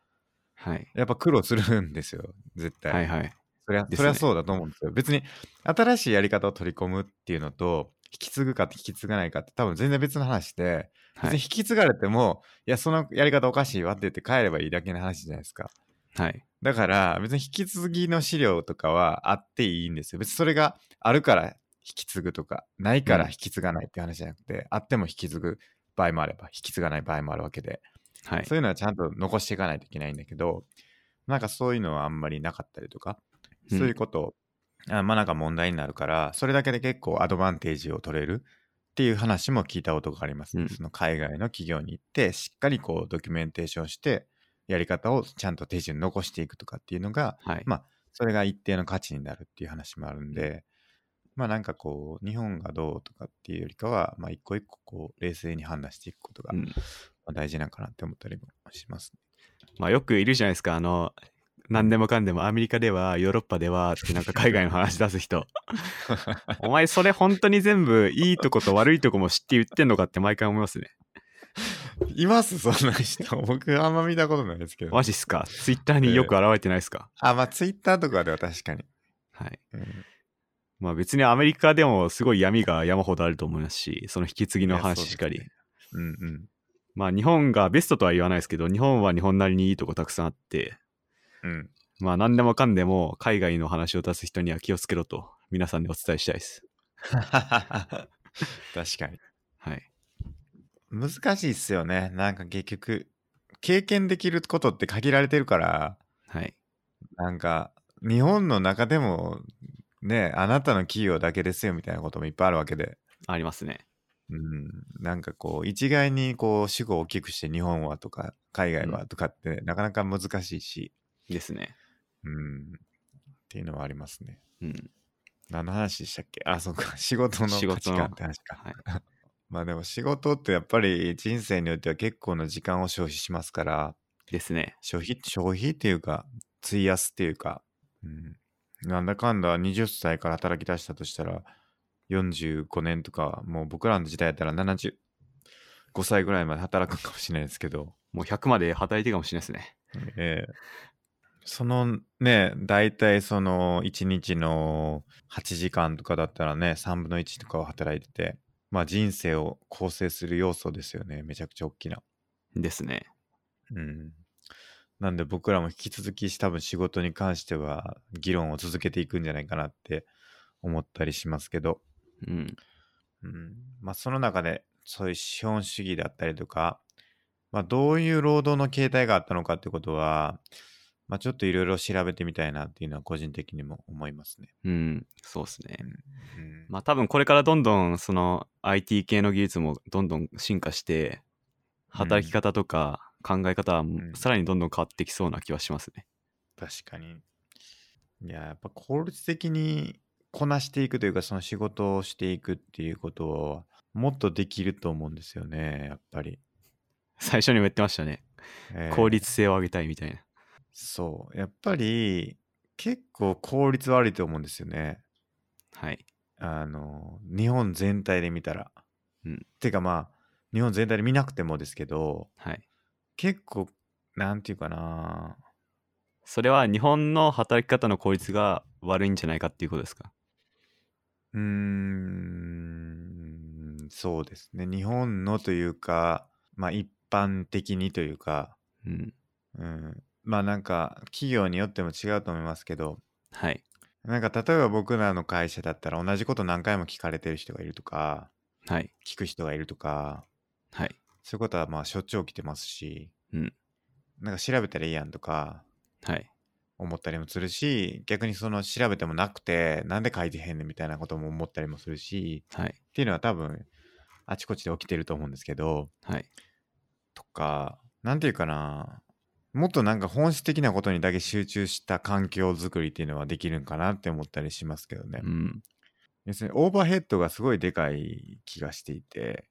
S2: はい、
S1: やっぱ苦労するんですよ絶対。
S2: はい、はい。
S1: そりゃ
S2: ですね
S1: そりゃそうだと思うんですよ。別に新しいやり方を取り込むっていうのと引き継ぐかって引き継がないかって多分全然別の話で、
S2: は
S1: 別に
S2: い、
S1: 引き継がれてもいやそのやり方おかしいわって言って帰ればいいだけの話じゃないですか。
S2: はい、
S1: だから別に引き継ぎの資料とかはあっていいんですよ。別にそれがあるから引き継ぐとか、ないから
S2: うん
S1: 引き継がないって話じゃなくて、あっても引き継ぐ場合もあれば、引き継がない場合もあるわけで、
S2: はい
S1: そ。ういうのはちゃんと残していかないといけないんだけど、なんかそういうのはあんまりなかったりとか、
S2: う
S1: そ
S2: ん
S1: ういうことを、あまあなんか問題になるから、それだけで結構アドバンテージを取れるっていう話も聞いたことがあります、ね
S2: うん
S1: その海外の企業に行って、しっかりこうドキュメンテーションして、やり方をちゃんと手順残していくとかっていうのが、
S2: はい、
S1: まあそれが一定の価値になるっていう話もあるんで、まあなんかこう、日本がどうとかっていうよりかは、まあ一個一個こう、冷静に判断していくことが
S2: う
S1: ま
S2: ん
S1: あ大事なんかなって思ったりもします、
S2: まあ、よくいるじゃないですか、あの、何でもかんでもアメリカではヨーロッパではってなんか海外の話出 す人。お前それ本当に全部いいとこと悪いとこも知って言ってんのかって毎回思いますね。
S1: いますそんな人。僕あんま見たことないですけど。
S2: マジっすかツイッターによく現れてないっすか、
S1: あ、まあツイッターとかでは確かに。
S2: はい。
S1: うん
S2: まあ別にアメリカでもすごい闇が山ほどあると思いますし、その引き継ぎの
S1: いやそう
S2: 話
S1: ですね
S2: しかり。
S1: うんうん
S2: まあ日本がベストとは言わないですけど、日本は日本なりにいいとこたくさんあって、
S1: うん
S2: まあ何でもかんでも海外の話を出す人には気をつけろと皆さんにお伝えしたいです。
S1: 確かに
S2: はい。
S1: 難しいっすよねなんか結局経験できることって限られてるから
S2: はい。
S1: なんか日本の中でもねあなたの企業だけですよみたいなこともいっぱいあるわけで、
S2: ありますね。
S1: うん、なんかこう一概にこう主語を大きくして日本はとか海外はとかって、なかなか難しいし、
S2: ですね。
S1: うん、っていうのはありますね。
S2: うん。
S1: 何の話でしたっけあそうか 仕事の
S2: 仕
S1: 価
S2: 事
S1: 値
S2: の
S1: 観って話か。
S2: はい。
S1: まあでも仕事ってやっぱり人生によっては結構の時間を消費しますから
S2: ですね。
S1: 消費消費っていうか費やすっていうか、うん、なんだかんだ20歳から働き出したとしたら45年とかもう僕らの時代やったら75歳ぐらいまで働くかもしれないですけど、
S2: もう100まで働いてるかもしれないですね。
S1: ええそのね大体その1日の8時間とかだったらね3分の1とかを働いててまあ人生を構成する要素ですよねめちゃくちゃ大きな。
S2: ですね。
S1: うん。なんで僕らも引き続き多分仕事に関しては議論を続けていくんじゃないかなって思ったりしますけど、
S2: うん。
S1: うん、まあその中でそういう資本主義だったりとか、まあどういう労働の形態があったのかってことは、まあちょっといろいろ調べてみたいなっていうのは個人的にも思いますね。
S2: うん。そうですね。
S1: うん、
S2: まあ多分これからどんどんその IT 系の技術もどんどん進化して働き方とか考え方は
S1: ん
S2: さらにどんどん変わってきそうな気はしますね。
S1: 確かに。いや、やっぱ効率的にこなしていくというか、その仕事をしていくっていうことを、もっとできると思うんですよね、やっぱり。
S2: 最初にも言ってましたね。
S1: えー
S2: 効率性を上げたいみたいな。
S1: そう。やっぱり、結構効率悪いと思うんですよね。
S2: はい。
S1: あの、日本全体で見たら。
S2: うん
S1: てかまあ、日本全体で見なくてもですけど、
S2: はい。
S1: 結構、なんていうかな。
S2: それは日本の働き方の効率が悪いんじゃないかっていうことですか。
S1: うーん、そうですね。日本のというか、まあ一般的にというか、
S2: うん。
S1: うん、まあなんか企業によっても違うと思いますけど、
S2: はい。
S1: なんか例えば僕らの会社だったら同じこと何回も聞かれてる人がいるとか、
S2: はい。
S1: 聞く人がいるとか、
S2: はい。
S1: そういうことはまあしょっちゅう起きてますし、
S2: うん
S1: なんか調べたらいいやんとか
S2: はい。
S1: 思ったりもするし、逆にその調べてもなくて、なんで書いてへんねんみたいなことも思ったりもするし、
S2: はい。
S1: っていうのは多分あちこちで起きてると思うんですけど
S2: はい。
S1: とか何て言うかなもっとなんか本質的なことにだけ集中した環境づくりっていうのはできるんかなって思ったりしますけどね、
S2: うん。
S1: 要するにオーバーヘッドがすごいでかい気がしていて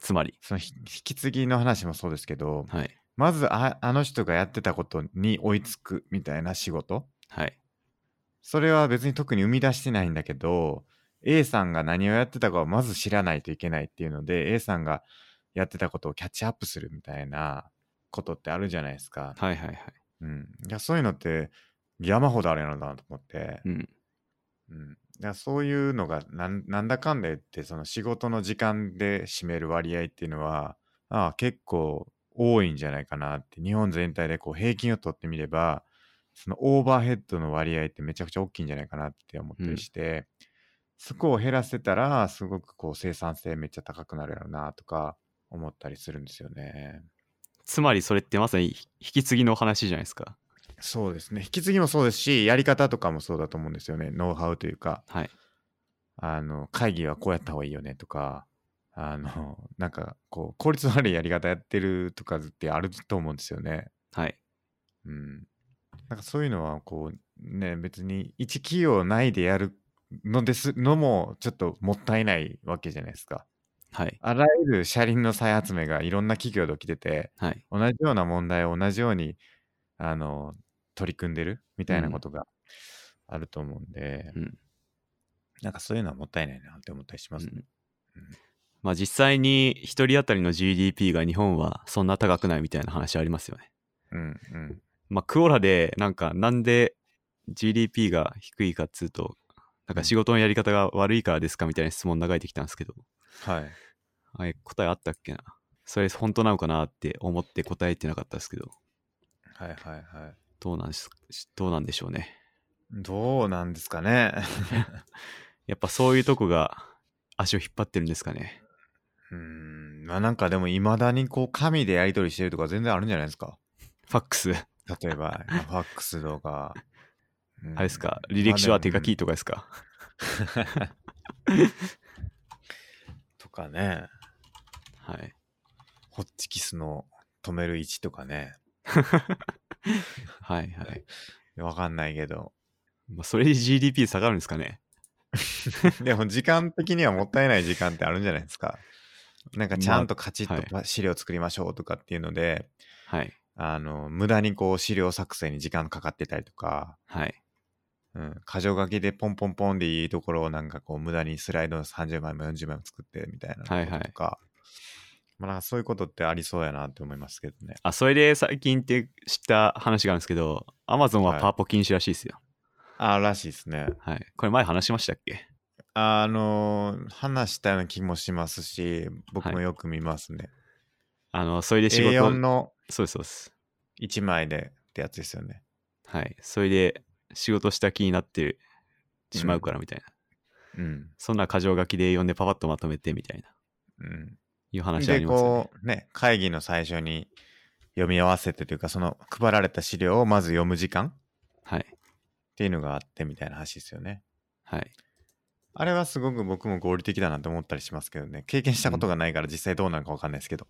S2: つまり。
S1: そのひ引き継ぎの話もそうですけど
S2: はい。
S1: まずああの人がやってたことに追いつくみたいな仕事
S2: はい。
S1: それは別に特に生み出してないんだけど A さんが何をやってたかをまず知らないといけないっていうので A さんがやってたことをキャッチアップするみたいなことってあるじゃないですか。
S2: はいはいはい。
S1: うん、いやそういうのって山ほどあれなんだなと思って、
S2: うん。
S1: うん、いやそういうのがなんなんだかんだ言ってその仕事の時間で占める割合っていうのはああ結構多いんじゃないかなって日本全体でこう平均を取ってみればそのオーバーヘッドの割合ってめちゃくちゃ大きいんじゃないかなって思ったりして、そこを減らせたらすごくこう生産性めっちゃ高くなるやろうなとか思ったりするんですよね。
S2: つまりそれってまさに引き継ぎの話じゃないですか。
S1: そうですね引き継ぎもそうですしやり方とかもそうだと思うんですよねノウハウというか。
S2: はい。
S1: あの、会議はこうやった方がいいよねとか、あの、 なんか、こう、効率悪いやり方やってるとかってあると思うんですよね。
S2: はい。
S1: うん。なんかそういうのは、こう、ね、別に一企業内でやるのですのも、ちょっともったいないわけじゃないですか。
S2: はい。
S1: あらゆる車輪の再発明がいろんな企業で起きてて、
S2: はい。
S1: 同じような問題を同じように、あの、取り組んでるみたいなことがあると思うんで、
S2: うん
S1: なんかそういうのはもったいないなって思ったりしますね。
S2: うんまあ実際に一人当たりの GDP が日本はそんな高くないみたいな話ありますよね。
S1: うんうん
S2: まあクオラでなんかなんで GDP が低いかっつうと、なんなんか仕事のやり方が悪いからですかみたいな質問流れてきたんですけど、
S1: はい。
S2: あれ答えあったっけなそれ本当なのかなって思って答えてなかったですけど、
S1: はいはいはい。
S2: どうなんですどうなんでしょうね。
S1: どうなんですかね。
S2: やっぱそういうとこが足を引っ張ってるんですかね。
S1: うーん。まあなんかでもいまだにこう紙でやり取りしてるとか全然あるんじゃないですか。
S2: ファックス、
S1: 例え ば、ファックスとか。うん
S2: あれですか、履歴書は手書きとかですか。
S1: とかね。
S2: はい。
S1: ホッチキスの止める位置とかね。
S2: はいはい。
S1: わかんないけ ど。
S2: まあ、それで GDP 下がるんですかね。
S1: でも時間的にはもったいない時間ってあるんじゃないですか。なんかちゃんとカチッと資料作りましょうとかっていうので、
S2: はい。
S1: あの、無駄にこう資料作成に時間かかってたりとか、
S2: はい。
S1: うん、箇条書きでポンポンポンでいいところをなんかこう無駄にスライドの30枚も40枚も作ってみたいな
S2: はいはい
S1: こととか、まあなんかそういうことってありそうやなって思いますけどね。
S2: あ、それで最近って知った話があるんですけど、Amazon
S1: は
S2: はいパワポ禁止らしいですよ。
S1: あらしいですね。
S2: はい。これ前話しましたっけ
S1: あのー話したような気もしますし、僕も
S2: はい
S1: よく見ますね。
S2: あの、それで仕事
S1: A4 の
S2: そうですそうです。
S1: 1枚でってやつですよね。
S2: はい。それで仕事した気になってしまうからみたいな。
S1: うん。
S2: そんな箇条書きで読んでパパッとまとめてみたいな。
S1: うん。
S2: いう話あ
S1: で
S2: りますよね
S1: こうね会議の最初に読み合わせてというかその配られた資料をまず読む時間っ
S2: はい。
S1: ていうのがあってみたいな話ですよね。
S2: はい。
S1: あれはすごく僕も合理的だなと思ったりしますけどね経験したことがないから実際どうなのかわかんないですけど、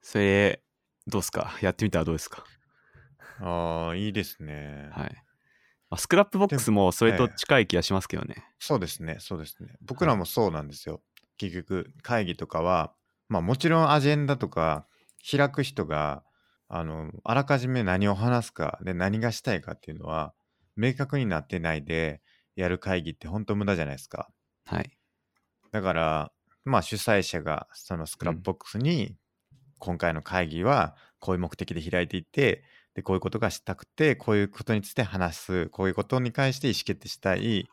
S2: それで、どうですかやってみたらどうですか
S1: ああいいですね、
S2: はい。まあ、スクラップボックスもそれと
S1: ええ
S2: 近い気がしますけどね。
S1: そうですねそうですね僕らもそうなんですよ結局会議とかはまあもちろんアジェンダとか開く人があのあらかじめ何を話すかで何がしたいかっていうのは明確になってないでやる会議って本当無駄じゃないですか
S2: はい。
S1: だから、まあ、主催者がそのスクラップボックスに、今回の会議はこういう目的で開いていて、で、こういうことがしたくて、こういうことについて話す、こういうことに関して意思決定したい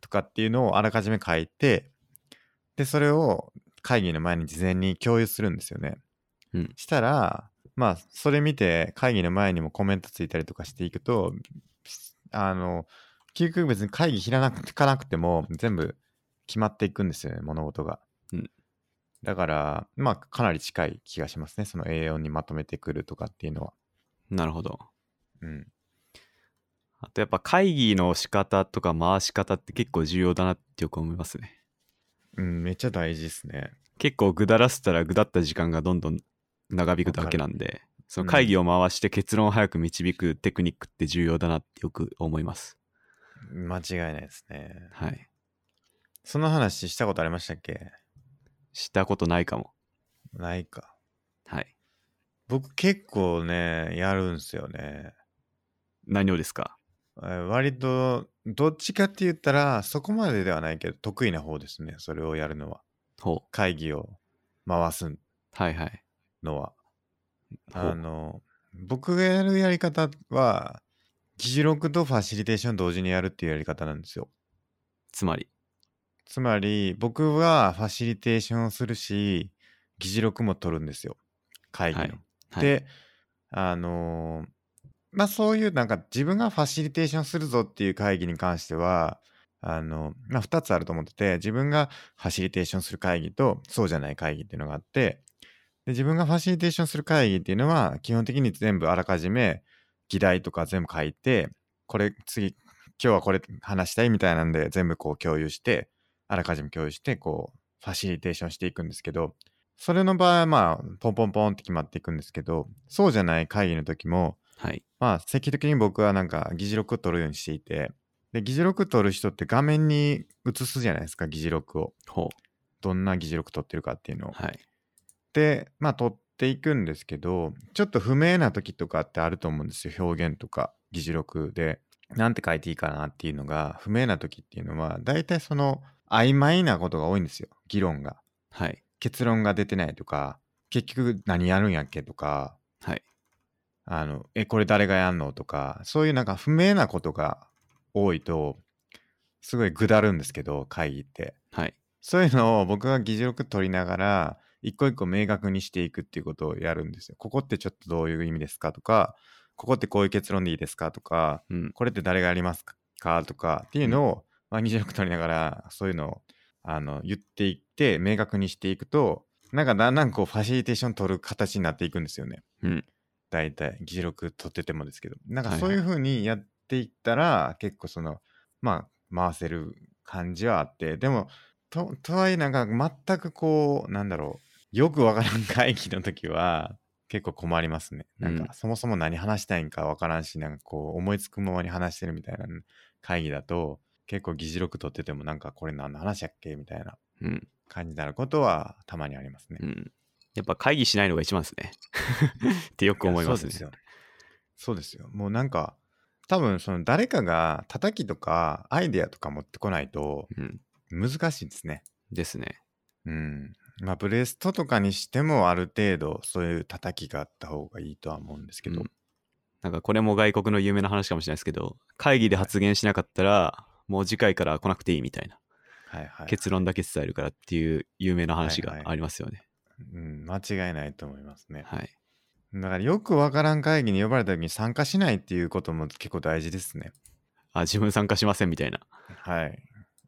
S1: とかっていうのをあらかじめ書いて、で、それを会議の前に事前に共有するんですよね。
S2: うん
S1: したら、まあ、それ見て会議の前にもコメントついたりとかしていくと、あの、結局別に会議開かなくても全部決まっていくんですよね物事が、
S2: うん
S1: だからまあかなり近い気がしますねその A4 にまとめてくるとかっていうのは
S2: なるほど。
S1: うん
S2: あとやっぱ会議の仕方とか回し方って結構重要だなってよく思いますね。
S1: うん、めっちゃ大事ですね。
S2: 結構ぐだらせたらぐだった時間がどんどん長引くだけなんで、その会議を回して結論を早く導くテクニックって重要だなってよく思います。
S1: 間違いないですね。
S2: はい。
S1: その話したことありましたっけ
S2: したことないかも。
S1: ないか。
S2: はい。
S1: 僕結構ね、やるんですよね。
S2: 何をですか
S1: えー割と、どっちかって言ったら、そこまでではないけど、得意な方ですね。それをやるのは。
S2: ほう。
S1: 会議を回す
S2: はいはい。
S1: のは。
S2: ほう
S1: あの、僕がやるやり方は、議事録とファシリテーション同時にやるっていうやり方なんですよ。
S2: つまり。
S1: つまり、僕はファシリテーションをするし、議事録も取るんですよ。会議の。
S2: はいはい、
S1: で、あのーまあそういうなんか自分がファシリテーションするぞっていう会議に関しては、あの、まあ2つあると思ってて、自分がファシリテーションする会議とそうじゃない会議っていうのがあって、で、自分がファシリテーションする会議っていうのは、基本的に全部あらかじめ議題とか全部書いて、これ次、今日はこれ話したいみたいなんで全部こう共有して、あらかじめ共有して、こう、ファシリテーションしていくんですけど、それの場合はまあ、ポンポンポンって決まっていくんですけど、そうじゃない会議の時も、
S2: はい。
S1: まあ、積極的に僕はなんか議事録を取るようにしていて、で、議事録取る人って画面に映すじゃないですか、議事録を。
S2: ほう。
S1: どんな議事録取ってるかっていうのを。
S2: はい。
S1: で、まあ、取っていくんですけど、ちょっと不明な時とかってあると思うんですよ、表現とか、議事録で。なんて書いていいかなっていうのが、不明な時っていうのは、大体その、曖昧なことが多いんですよ、議論が。
S2: はい。
S1: 結論が出てないとか結局何やるんやっけとか
S2: はい。
S1: あのえこれ誰がやんのとかそういうなんか不明なことが多いとすごいぐだるんですけど、会議って。
S2: はい。
S1: そういうのを僕が議事録取りながら、一個一個明確にしていくっていうことをやるんですよ。ここってちょっとどういう意味ですかとか、ここってこういう結論でいいですかとか、
S2: うん。
S1: これって誰がやりますかとかっていうのを、まあ、議事録取りながら、そういうのをあの言っていって、明確にしていくと、なんかだんだんこうファシリテーション取る形になっていくんですよね。
S2: うん。
S1: 大体議事録取っててもですけどなんか
S2: はい
S1: そういう風にやっていったら、結構そのまあ回せる感じはあってでもととはいえなんか全くこうなんだろうよくわからん会議の時は結構困りますねなん
S2: うん
S1: かそもそも何話したいんかわからんしなんかこう思いつくままに話してるみたいな会議だと結構議事録取っててもなんかこれ何の話やっけみたいな
S2: うん。
S1: 感じになることはたまにありますね
S2: う。ん。やっぱ会議しないのが一番ですね。 ってよく思います
S1: い
S2: ね
S1: や。そうですよ。そうですよ。もうなんか、多分その誰かが叩きとかアイデアとか持ってこないと
S2: うん。
S1: 難しいですね。
S2: ですね。
S1: うん。まあ、ブレストとかにしてもある程度そういう叩きがあった方がいいとは思うんですけど。
S2: うんなんかこれも外国の有名な話かもしれないですけど、会議で発言しなかったら、もう次回から来なくていいみたいな、
S1: はいはい。
S2: 結論だけ伝えるからっていう有名な話がありますよね。
S1: うん、間違いないと思いますね。
S2: はい。
S1: だからよくわからん会議に呼ばれた時に参加しないっていうことも結構大事ですね。
S2: あ、自分参加しませんみたいな。
S1: はい。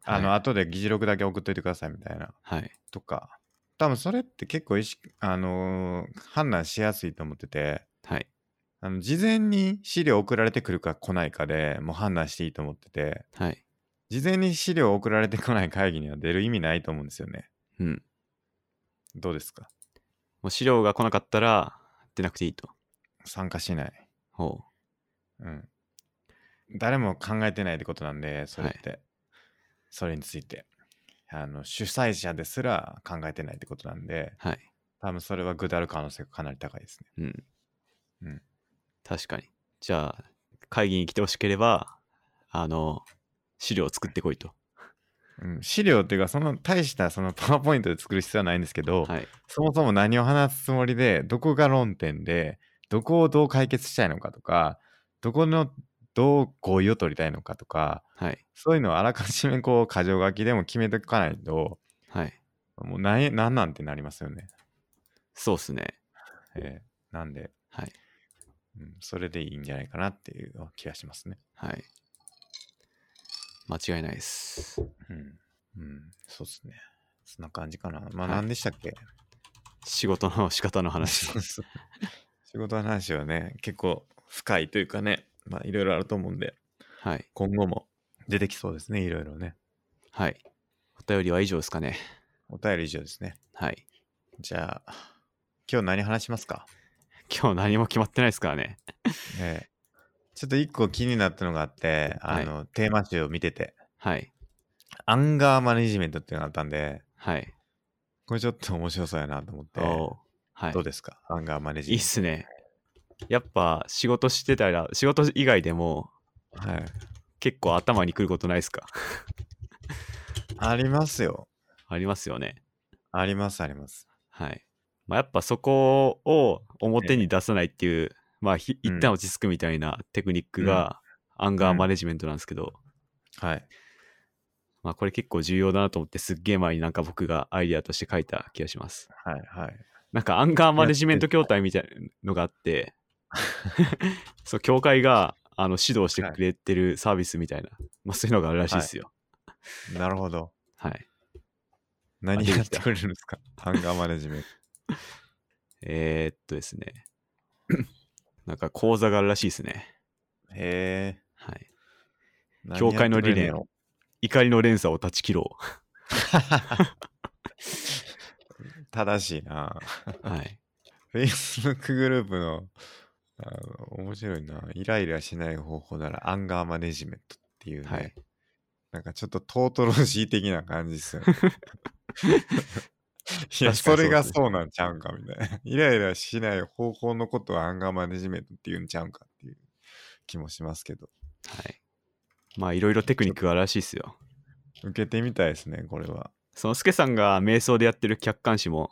S1: あの、
S2: はい、
S1: 後で議事録だけ送っといてくださいみたいな。
S2: はい。
S1: とか多分それって結構意識、あのー判断しやすいと思ってて
S2: はい。
S1: あの事前に資料送られてくるか来ないかでもう判断していいと思ってて
S2: はい。
S1: 事前に資料送られてこない会議には出る意味ないと思うんですよね
S2: うん。
S1: どうですか
S2: もう資料が来なかったら、出なくていいと。
S1: 参加しない
S2: ほ
S1: うん誰も考えてないってことなんでそれって、それについてあの主催者ですら考えてないってことなんで
S2: う。はい。
S1: 多分それはぐだる可能性がかなり高いですね
S2: う
S1: う
S2: ん。
S1: ん
S2: 確かに。じゃあ、会議に来てほしければ、あの、資料を作ってこいと。
S1: うん、資料っていうかその大したそのパワーポイントで作る必要はないんですけど、
S2: はい。
S1: そもそも何を話すつもりでどこが論点でどこをどう解決したいのかとかどこのどう合意を取りたいのかとか
S2: はい。
S1: そ
S2: そう
S1: ういうのをあらかじめこう箇条書きでも決めておかないと
S2: はい。
S1: もう何何なんてなりますよね。
S2: そうっすね。
S1: えーなんで、
S2: はい。
S1: うん、それでいいんじゃないかなっていう気がしますね。
S2: はい。間違いないです。
S1: うん、うん、そうですね。そんな感じかな。まあ
S2: はい
S1: 何でしたっけ、
S2: 仕事の仕方の話。
S1: そうそう 仕事の話はね、結構深いというかね、まあいろいろあると思うんで、
S2: はい。
S1: 今後も出てきそうですね、いろいろね。
S2: はい。お便りは以上ですかね。
S1: お便り以上ですね。
S2: はい。
S1: じゃあ、今日何話しますか、
S2: 今日何も決まってないですからね。
S1: ええちょっと一個気になったのがあって、あの、テーマ集を見てて、
S2: はい。
S1: アンガーマネジメントっていうのがあったんで、
S2: はい。
S1: これちょっと面白そうやなと思って、
S2: おーはい
S1: どう。ですかアンガーマネジ
S2: いい
S1: メ
S2: っ
S1: ン
S2: すね。やっぱ仕事してたら、仕事以外でも
S1: ト。はい。
S2: 結構頭にくることないですか
S1: ありますよ。
S2: ありますよね。
S1: ありますあります。
S2: はい。まあ、やっぱそこを表に出さないっていう、まあひ
S1: うん
S2: 一旦落ち着くみたいなテクニックがアンガーマネジメントなんですけど、
S1: はい。
S2: まあこれ結構重要だなと思ってすっげえ前になんか僕がアイデアとして書いた気がします。
S1: はいはい。
S2: なんかアンガーマネジメント協会みたいなのがあって、そう、協会があの指導してくれてるサービスみたいな、まあそういうのがあるらしいですよ。
S1: なるほど。
S2: はい。
S1: 何
S2: 出
S1: や
S2: て
S1: っ
S2: き
S1: て
S2: た
S1: くれるんですかアンガーマネジメント。
S2: えー、っとですね。なんか講座があるらしいですね。
S1: へ
S2: はい。
S1: え。
S2: 教会の理念
S1: を。
S2: 怒りの連鎖を断ち切ろ
S1: 正しいな。
S2: う。はい。
S1: Facebook グループの、あの面白いな。イライラしない方法ならアンガーマネジメントっていうね。
S2: はい。
S1: なんかちょっとトートロジー的な感じですよ ね。いや、
S2: 確かにそう
S1: そ
S2: ですね
S1: れがそうなんちゃうんかみたいな。イライラしない方法のことをアンガーマネジメントっていうんちゃうんかっていう気もしますけど。
S2: はい。まあいろいろテクニックがあるらしいですよ。
S1: 受けてみたいですね、これは。
S2: そのすけさんが瞑想でやってる客観視も、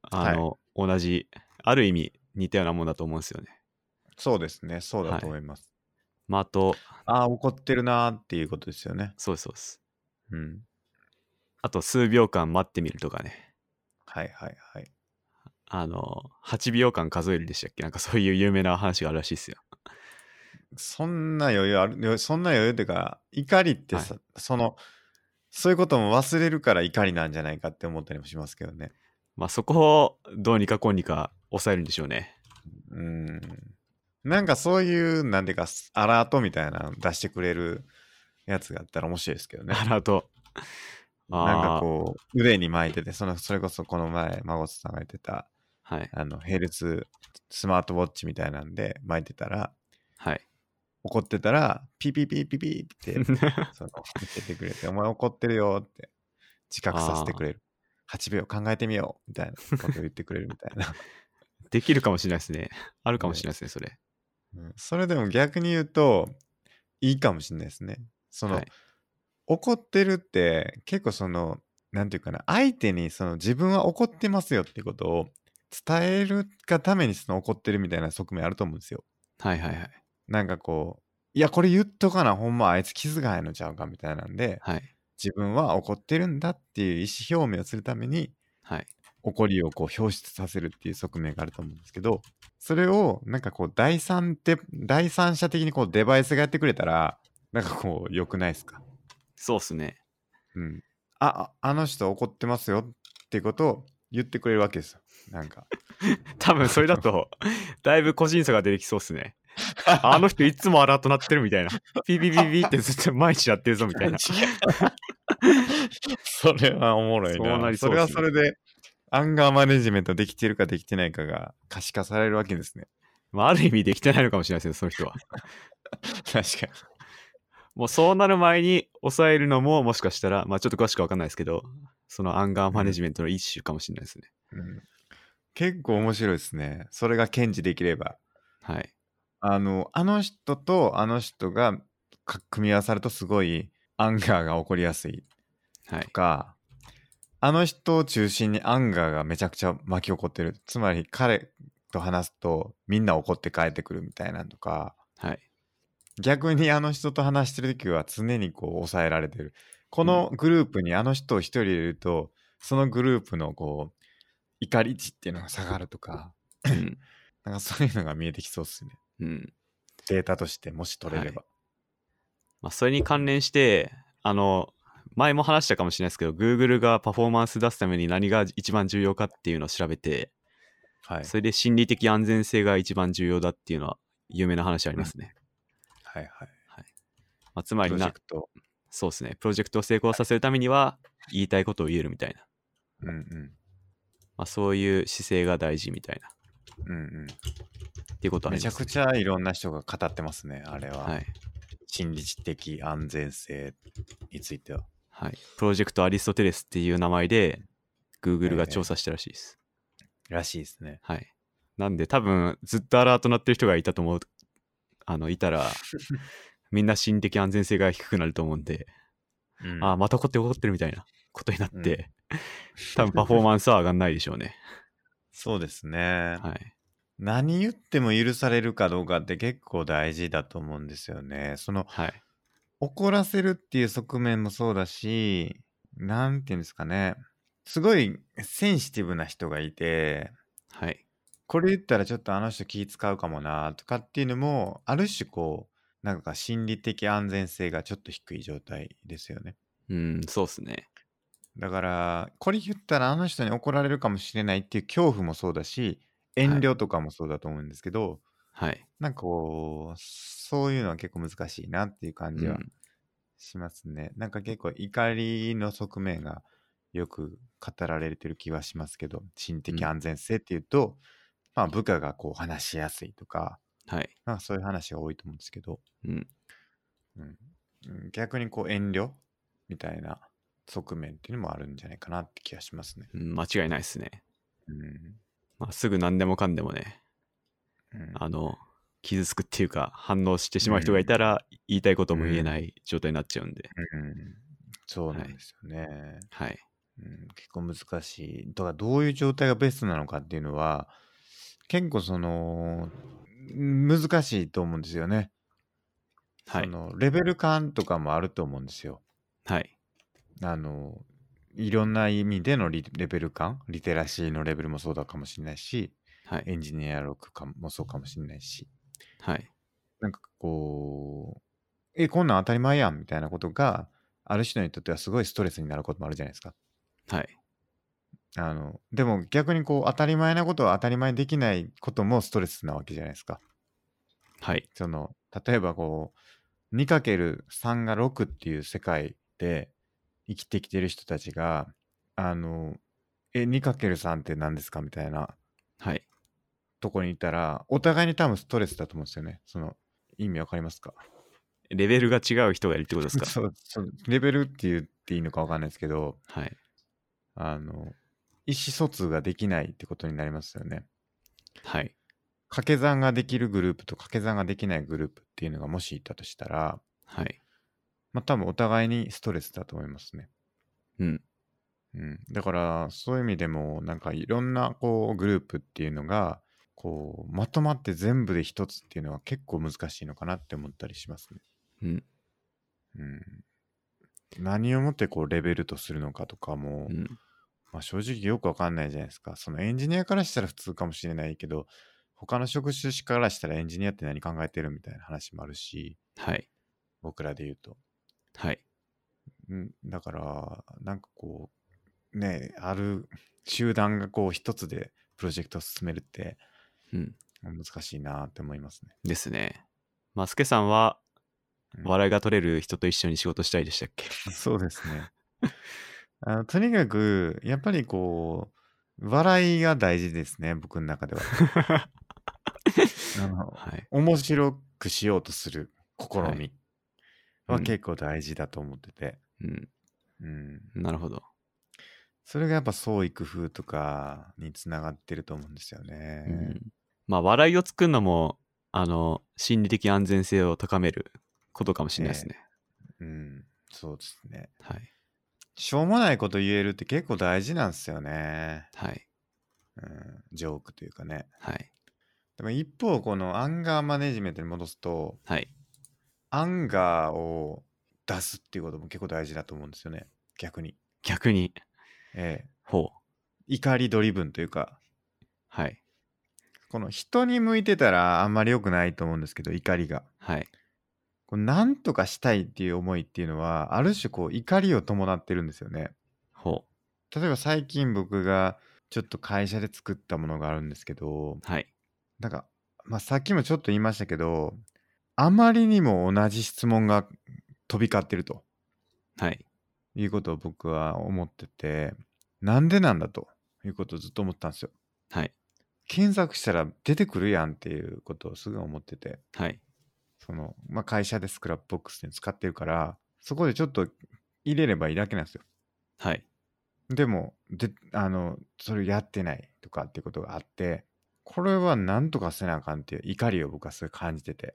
S2: あの、同じ、ある意味似たようなもんだと思うんですよね。
S1: そうですね、そうだと思います。
S2: まあ、あと、
S1: ああ、怒ってるなーっていうことですよね。
S2: そうです、そうです。
S1: うん。
S2: あと数秒間待ってみるとかね。
S1: はいはいはい。
S2: あの、8秒間数えるでしたっけなんかそういう有名な話があるらしいですよ。
S1: そんな余裕あるよ、そんな余裕っていうか、怒りってさ、その、そういうことも忘れるから怒りなんじゃないかって思ったりもしますけどね。
S2: まあそこをどうにかこうにか抑えるんでしょうね。
S1: うん。なんかそういう、なんていうか、スアラートみたいなの出してくれるやつがあったら面白いですけどね。
S2: あらと。あ
S1: なんか
S2: ー
S1: こう、腕に巻いてて、そのそれこそこの前、孫さんが言ってた、
S2: はい。
S1: あの、ヘルツスマートウォッチみたいなんで巻いてたら、
S2: はい。
S1: 怒ってたら、ピピピピピって、 その、言ってくれて、お前怒ってるよって、自覚させてくれる。8秒考えてみようみたいなことを言ってくれるみたいな、
S2: できるかもしれないですね。あるかもしれないですね、それ。
S1: うんそれでも逆に言うと、いいかもしれないですね。その、
S2: はい
S1: 怒ってるって、結構その、なんていうかな、相手にその自分は怒ってますよってことを伝えるがためにその怒ってるみたいな側面あると思うんですよ。
S2: はいはいはい。
S1: なんかこう、いや、これ言っとかな、ほんまあいつ気づかへんのちゃうかみたいなんで、
S2: はい。
S1: 自分は怒ってるんだっていう意思表明をするために、
S2: はい。
S1: 怒りをこう表出させるっていう側面があると思うんですけど、それをなんかこう、第三手、第三者的にこうデバイスがやってくれたら、なんかこう、良くないですか。
S2: そうっすね。
S1: うん。あ、ああの人怒ってますよってことを言ってくれるわけですよ。なん か。
S2: 多分それだと、だいぶ個人差が出てきそうっすね。あの人いつもアラート鳴ってるみたいな。ピピピピってずっと毎日やってるぞみたいな。
S1: それはおもろいな。
S2: そうなりそう
S1: れ
S2: で
S1: は
S2: すね
S1: それで、アンガーマネジメントできてるかできてないかが可視化されるわけですね。
S2: まあ、ある意味できてないのかもしれないですね、その人は。
S1: 確かに。
S2: もうそうなる前に抑えるのももしかしたら、まあちょっと詳しくはわかんないですけど、そのアンガーマネジメントの一種かもしれないですね。
S1: うん結構面白いですね。それが検知できれば。
S2: はい。
S1: あの、あの人とあの人がか組み合わさるとすごいアンガーが起こりやすい
S2: はい
S1: と。か、あの人を中心にアンガーがめちゃくちゃ巻き起こってる。つまり彼と話すとみんな怒って帰ってくるみたいなのとか、
S2: はい。
S1: 逆にあの人と話してる時は常にこう抑えられてるこのグループにあの人を一人入れると、そのグループのこう怒り値っていうのが下がるとか
S2: うん。
S1: なんかそういうのが見えてきそうっすね
S2: うん。
S1: データとしてもし取れれば、
S2: まあ、それに関連して、あの、前も話したかもしれないですけど、Google がパフォーマンス出すために何が一番重要かっていうのを調べて、
S1: はい
S2: それで心理的安全性が一番重要だっていうのは有名な話ありますね。
S1: はいはい
S2: まあ、つま
S1: プ
S2: り
S1: ロジェ
S2: な
S1: ク、ト
S2: そうですね、プロジェクトを成功させるためには言いたいことを言えるみたいな、
S1: うんうん
S2: まあ、そういう姿勢が大事みたいな、
S1: うん
S2: っていうこと
S1: うん、め
S2: はあり
S1: ちゃ
S2: ます、
S1: くちゃいろんな人が語ってますね、あれは。
S2: はい。
S1: 心理的安全性については。
S2: はい。プロジェクトアリストテレスっていう名前で、Google
S1: は
S2: が
S1: い
S2: 調査したらしいです。
S1: らしいですね。
S2: はい。なんで、多分、ずっとアラート鳴ってる人がいたと思う、あの、いたら、みんな心理的安全性が低くなると思うんで、
S1: うん
S2: ああ、また怒って怒ってるみたいなことになって、
S1: うん
S2: 多分パフォーマンスは上がんないでしょ うね。
S1: そうですね。
S2: はい。
S1: 何言っても許されるかどうかって結構大事だと思うんですよね。その
S2: はい。
S1: 怒らせるっていう側面もそうだし、なんていうんですかね。すごいセンシティブな人がいて、
S2: はい。
S1: これ言ったらちょっとあの人気使うかもなとかっていうのも、ある種こう、なんか心理的安全性がちょっと低い状態ですよね。
S2: うん、そうっすね。
S1: だから、これ言ったらあの人に怒られるかもしれないっていう恐怖もそうだし、遠慮とかもそうだと思うんですけど、
S2: はい。
S1: なんかこう、そういうのは結構難しいなっていう感じ
S2: う
S1: は
S2: ん
S1: しますね。なんか結構怒りの側面がよく語られてる気はしますけど、心
S2: うん
S1: 的安全性っていうと、まあ部下がこう話しやすいとか、
S2: はい。
S1: なんかそういう話が多いと思うんですけど、
S2: うん。
S1: うんうん逆にこう遠慮みたいな側面っていうのもあるんじゃないかなって気がしますね。
S2: うん間違いないですね。
S1: うん。
S2: まあ、すぐ何でもかんでもね、
S1: うん
S2: あの、傷つくっていうか、反応してしまう人がいたら、言いたいことも言えない状態になっちゃうんで、
S1: うんそうな
S2: はい
S1: んですよね。
S2: はい。
S1: うん、結構難しい。だからどういう状態がベストなのかっていうのは結構そのん難しいと思うんですよね。
S2: はい
S1: そのレベル感とかもあると思うんですよ。
S2: はい。
S1: あのいろんな意味でのリレベル感リテラシーのレベルもそうだかもしれないし
S2: はい。
S1: エンジニア力かもそうかもしれないし
S2: はい。
S1: なんかこうえこんなん当たり前やんみたいなことがある人にとってはすごいストレスになることもあるじゃないですか。
S2: はい。
S1: あのでも逆にこう当たり前なことは当たり前にできないこともストレスなわけじゃないですか。
S2: はい。
S1: その例えばこう 2×3 が6っていう世界で生きてきてる人たちがあのえ 2×3 って何ですかみたいな
S2: はい。
S1: とこにいたらお互いに多分ストレスだと思うんですよね。その意味わかりますか
S2: レベルが違う人がいるってことですか
S1: そうそうレベルって言っていいのかわかんないですけど
S2: はい。
S1: あの意思疎通ができないってことになりますよね。
S2: はい。
S1: 掛け算ができるグループと掛け算ができないグループっていうのがもしいたとしたら、
S2: はい。
S1: まあ、多分お互いにストレスだと思いますね。
S2: うん。
S1: うん、だからそういう意味でもなんかいろんなこうグループっていうのがこうまとまって全部で一つっていうのは結構難しいのかなって思ったりしますね。
S2: うん。
S1: うん、何をもってこうレベルとするのかとかも、
S2: うん。
S1: まあ、正直よくわかんないじゃないですか。そのエンジニアからしたら普通かもしれないけど他の職種からしたらエンジニアって何考えてるみたいな話もあるし
S2: はい。
S1: 僕らで言うと。
S2: はい。
S1: うんだからなんかこうねある集団がこう一つでプロジェクトを進めるって
S2: うん。
S1: 難しいなって思いますね。
S2: ですね。まあ、スケさんは、
S1: うん
S2: 笑いが取れる人と一緒に仕事したいでしたっけ
S1: そうですね。 あのとにかくやっぱりこう笑いが大事ですね僕の中では。 あの
S2: はい。
S1: 面白くしようとする試
S2: は
S1: み
S2: い
S1: は
S2: うん
S1: 結構大事だと思ってて、
S2: うん。
S1: うん、
S2: なるほど。
S1: それがやっぱ創意工夫とかにつながってると思うんですよね。
S2: うんまあ、笑いを作るのも、あの、心理的安全性を高めることかもしれないですね。
S1: うん、そうですね。
S2: はい。
S1: しょうもないこと言えるって結構大事なんですよね。
S2: はい。
S1: うん、ジョークというかね。
S2: はい。
S1: でも一方、このアンガーマネジメントに戻すと、
S2: はい。
S1: アンガーを出すっていうことも結構大事だと思うんですよね。逆に。
S2: 逆に、
S1: ええ
S2: ほう。
S1: 怒りドリブンというか、
S2: はい。
S1: この人に向いてたらあんまり良くないと思うんですけど、怒りが。
S2: はい。
S1: こうなんとかしたいっていう思いっていうのは、ある種こう怒りを伴ってるんですよね。
S2: ほ
S1: 例えば最近僕がちょっと会社で作ったものがあるんですけど、
S2: う。はい。
S1: なんか、まあ、さっきもちょっと言いましたけど、あまりにも同じ質問が飛び交ってると
S2: はい。
S1: いうことを僕は思ってて、なんでなんだということをずっと思ってたんですよ。
S2: はい。
S1: 検索したら出てくるやんっていうことをすぐ思ってて、
S2: はい。
S1: その、まあ、会社でスクラップボックスに使ってるから、そこでちょっと入れればいいだけなんですよ。
S2: はい。
S1: でも、で、あの、それやってないとかっていうことがあって、これはなんとかせなあかんっていう怒りを僕はすごい感じてて。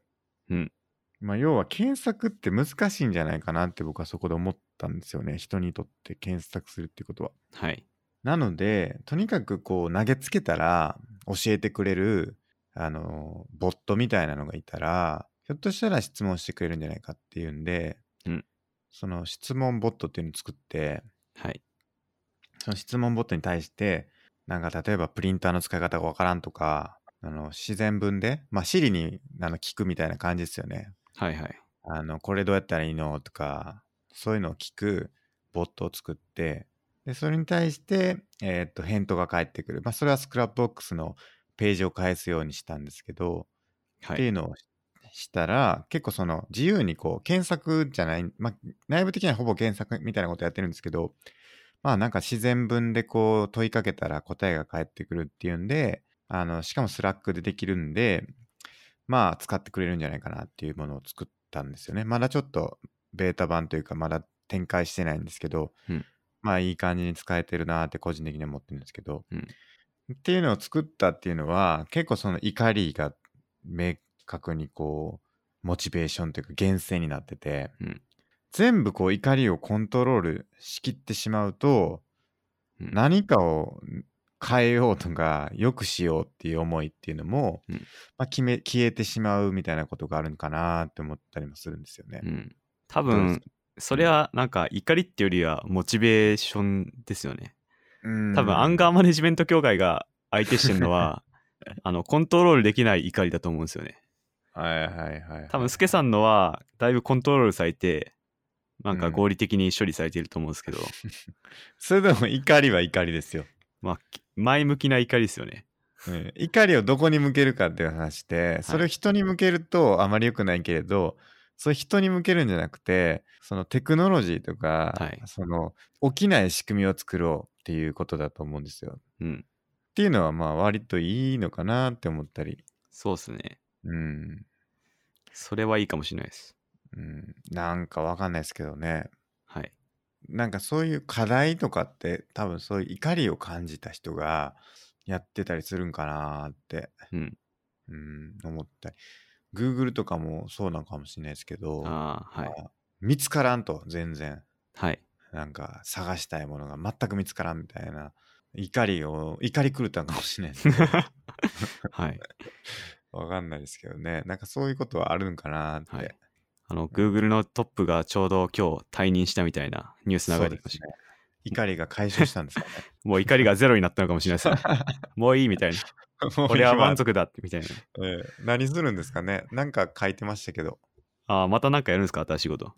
S2: うん。
S1: まあ、要は検索って難しいんじゃないかなって僕はそこで思ったんですよね。人にとって検索するっていうことは。
S2: はい。
S1: なので、とにかくこう投げつけたら教えてくれる、あの、ボットみたいなのがいたら、ひょっとしたら質問してくれるんじゃないかっていうんで、
S2: うん
S1: その質問ボットっていうのを作って、
S2: はい。
S1: その質問ボットに対して、なんか例えばプリンターの使い方がわからんとか、あの自然文で、まあ、Siri にあの聞くみたいな感じですよね。
S2: はい。はい。
S1: あの、これどうやったらいいのとか、そういうのを聞くボットを作って、で、それに対して、えーっと、返答が返ってくる。まあ、それはスクラップボックスのページを返すようにしたんですけど、
S2: は
S1: ってい
S2: い。
S1: うのをしたら、結構その自由にこう、検索じゃない、まあ、内部的にはほぼ検索みたいなことやってるんですけど、まあなんか自然文でこう問いかけたら答えが返ってくるっていうんで、あの、しかもスラックでできるんで、まあ使ってくれるんじゃないかなっていうものを作ったんですよね。まだちょっとベータ版というかまだ展開してないんですけど、
S2: うん
S1: まあいい感じに使えてるなって個人的には思ってるんですけど、
S2: うん
S1: っていうのを作ったっていうのは結構その怒りが明確にこうモチベーションというか源泉になってて、
S2: うん
S1: 全部こう怒りをコントロールしきってしまうと
S2: うん
S1: 何かを変えようとか良くしようっていう思いっていうのも、
S2: うん
S1: まあ、決め消えてしまうみたいなことがあるのかなって思ったりもするんですよね。
S2: うん、多
S1: どうです
S2: 分それはなんか怒りっていうよりはモチベーションですよね
S1: うん
S2: 多分アンガーマネジメント協会が相手してるのは あのコントロールできない怒りだと思うんですよね
S1: はいはいはい、はい。
S2: 多分スケさんのはだいぶコントロールされてなんか合理的に処理されてると思うんですけど、
S1: それでも怒りは怒りですよ。
S2: まあ前向きな怒りですよね
S1: うん怒りをどこに向けるかっていう話でそれを人に向けるとあまり良くないけれど、それ人に向けるんじゃなくてそのテクノロジーとか、
S2: はい
S1: その起きない仕組みを作ろうっていうことだと思うんですよ。っ
S2: うん
S1: ていうのはまあ割といいのかなって思ったり、
S2: そうですね
S1: うん
S2: それはいいかもしれないです
S1: うん、なんかわかんないですけどね
S2: はい
S1: なんかそういう課題とかって多分そういう怒りを感じた人がやってたりするんかなって、
S2: うん
S1: うん、思ったり Google とかもそうなのかもしれないですけど
S2: ああはい
S1: 見つからんと全然
S2: はい
S1: なんか探したいものが全く見つからんみたいな怒りを怒り狂ったんかもしれないです ね
S2: はい
S1: わかんないですけどねなんかそういうことはあるんかな って、
S2: はいあの Google のトップがちょうど今日退任したみたいなニュース流
S1: そう
S2: れて
S1: で
S2: きまし
S1: す
S2: た
S1: ね怒りが解消したんですかね
S2: もう怒りがゼロになったのかもしれ ないですねもういいみたいな
S1: もう
S2: 俺は
S1: 今
S2: 満足だってみたいな
S1: ええ何するんですかねなんか書いてましたけど
S2: ああまたなんかやるんですか新しいこと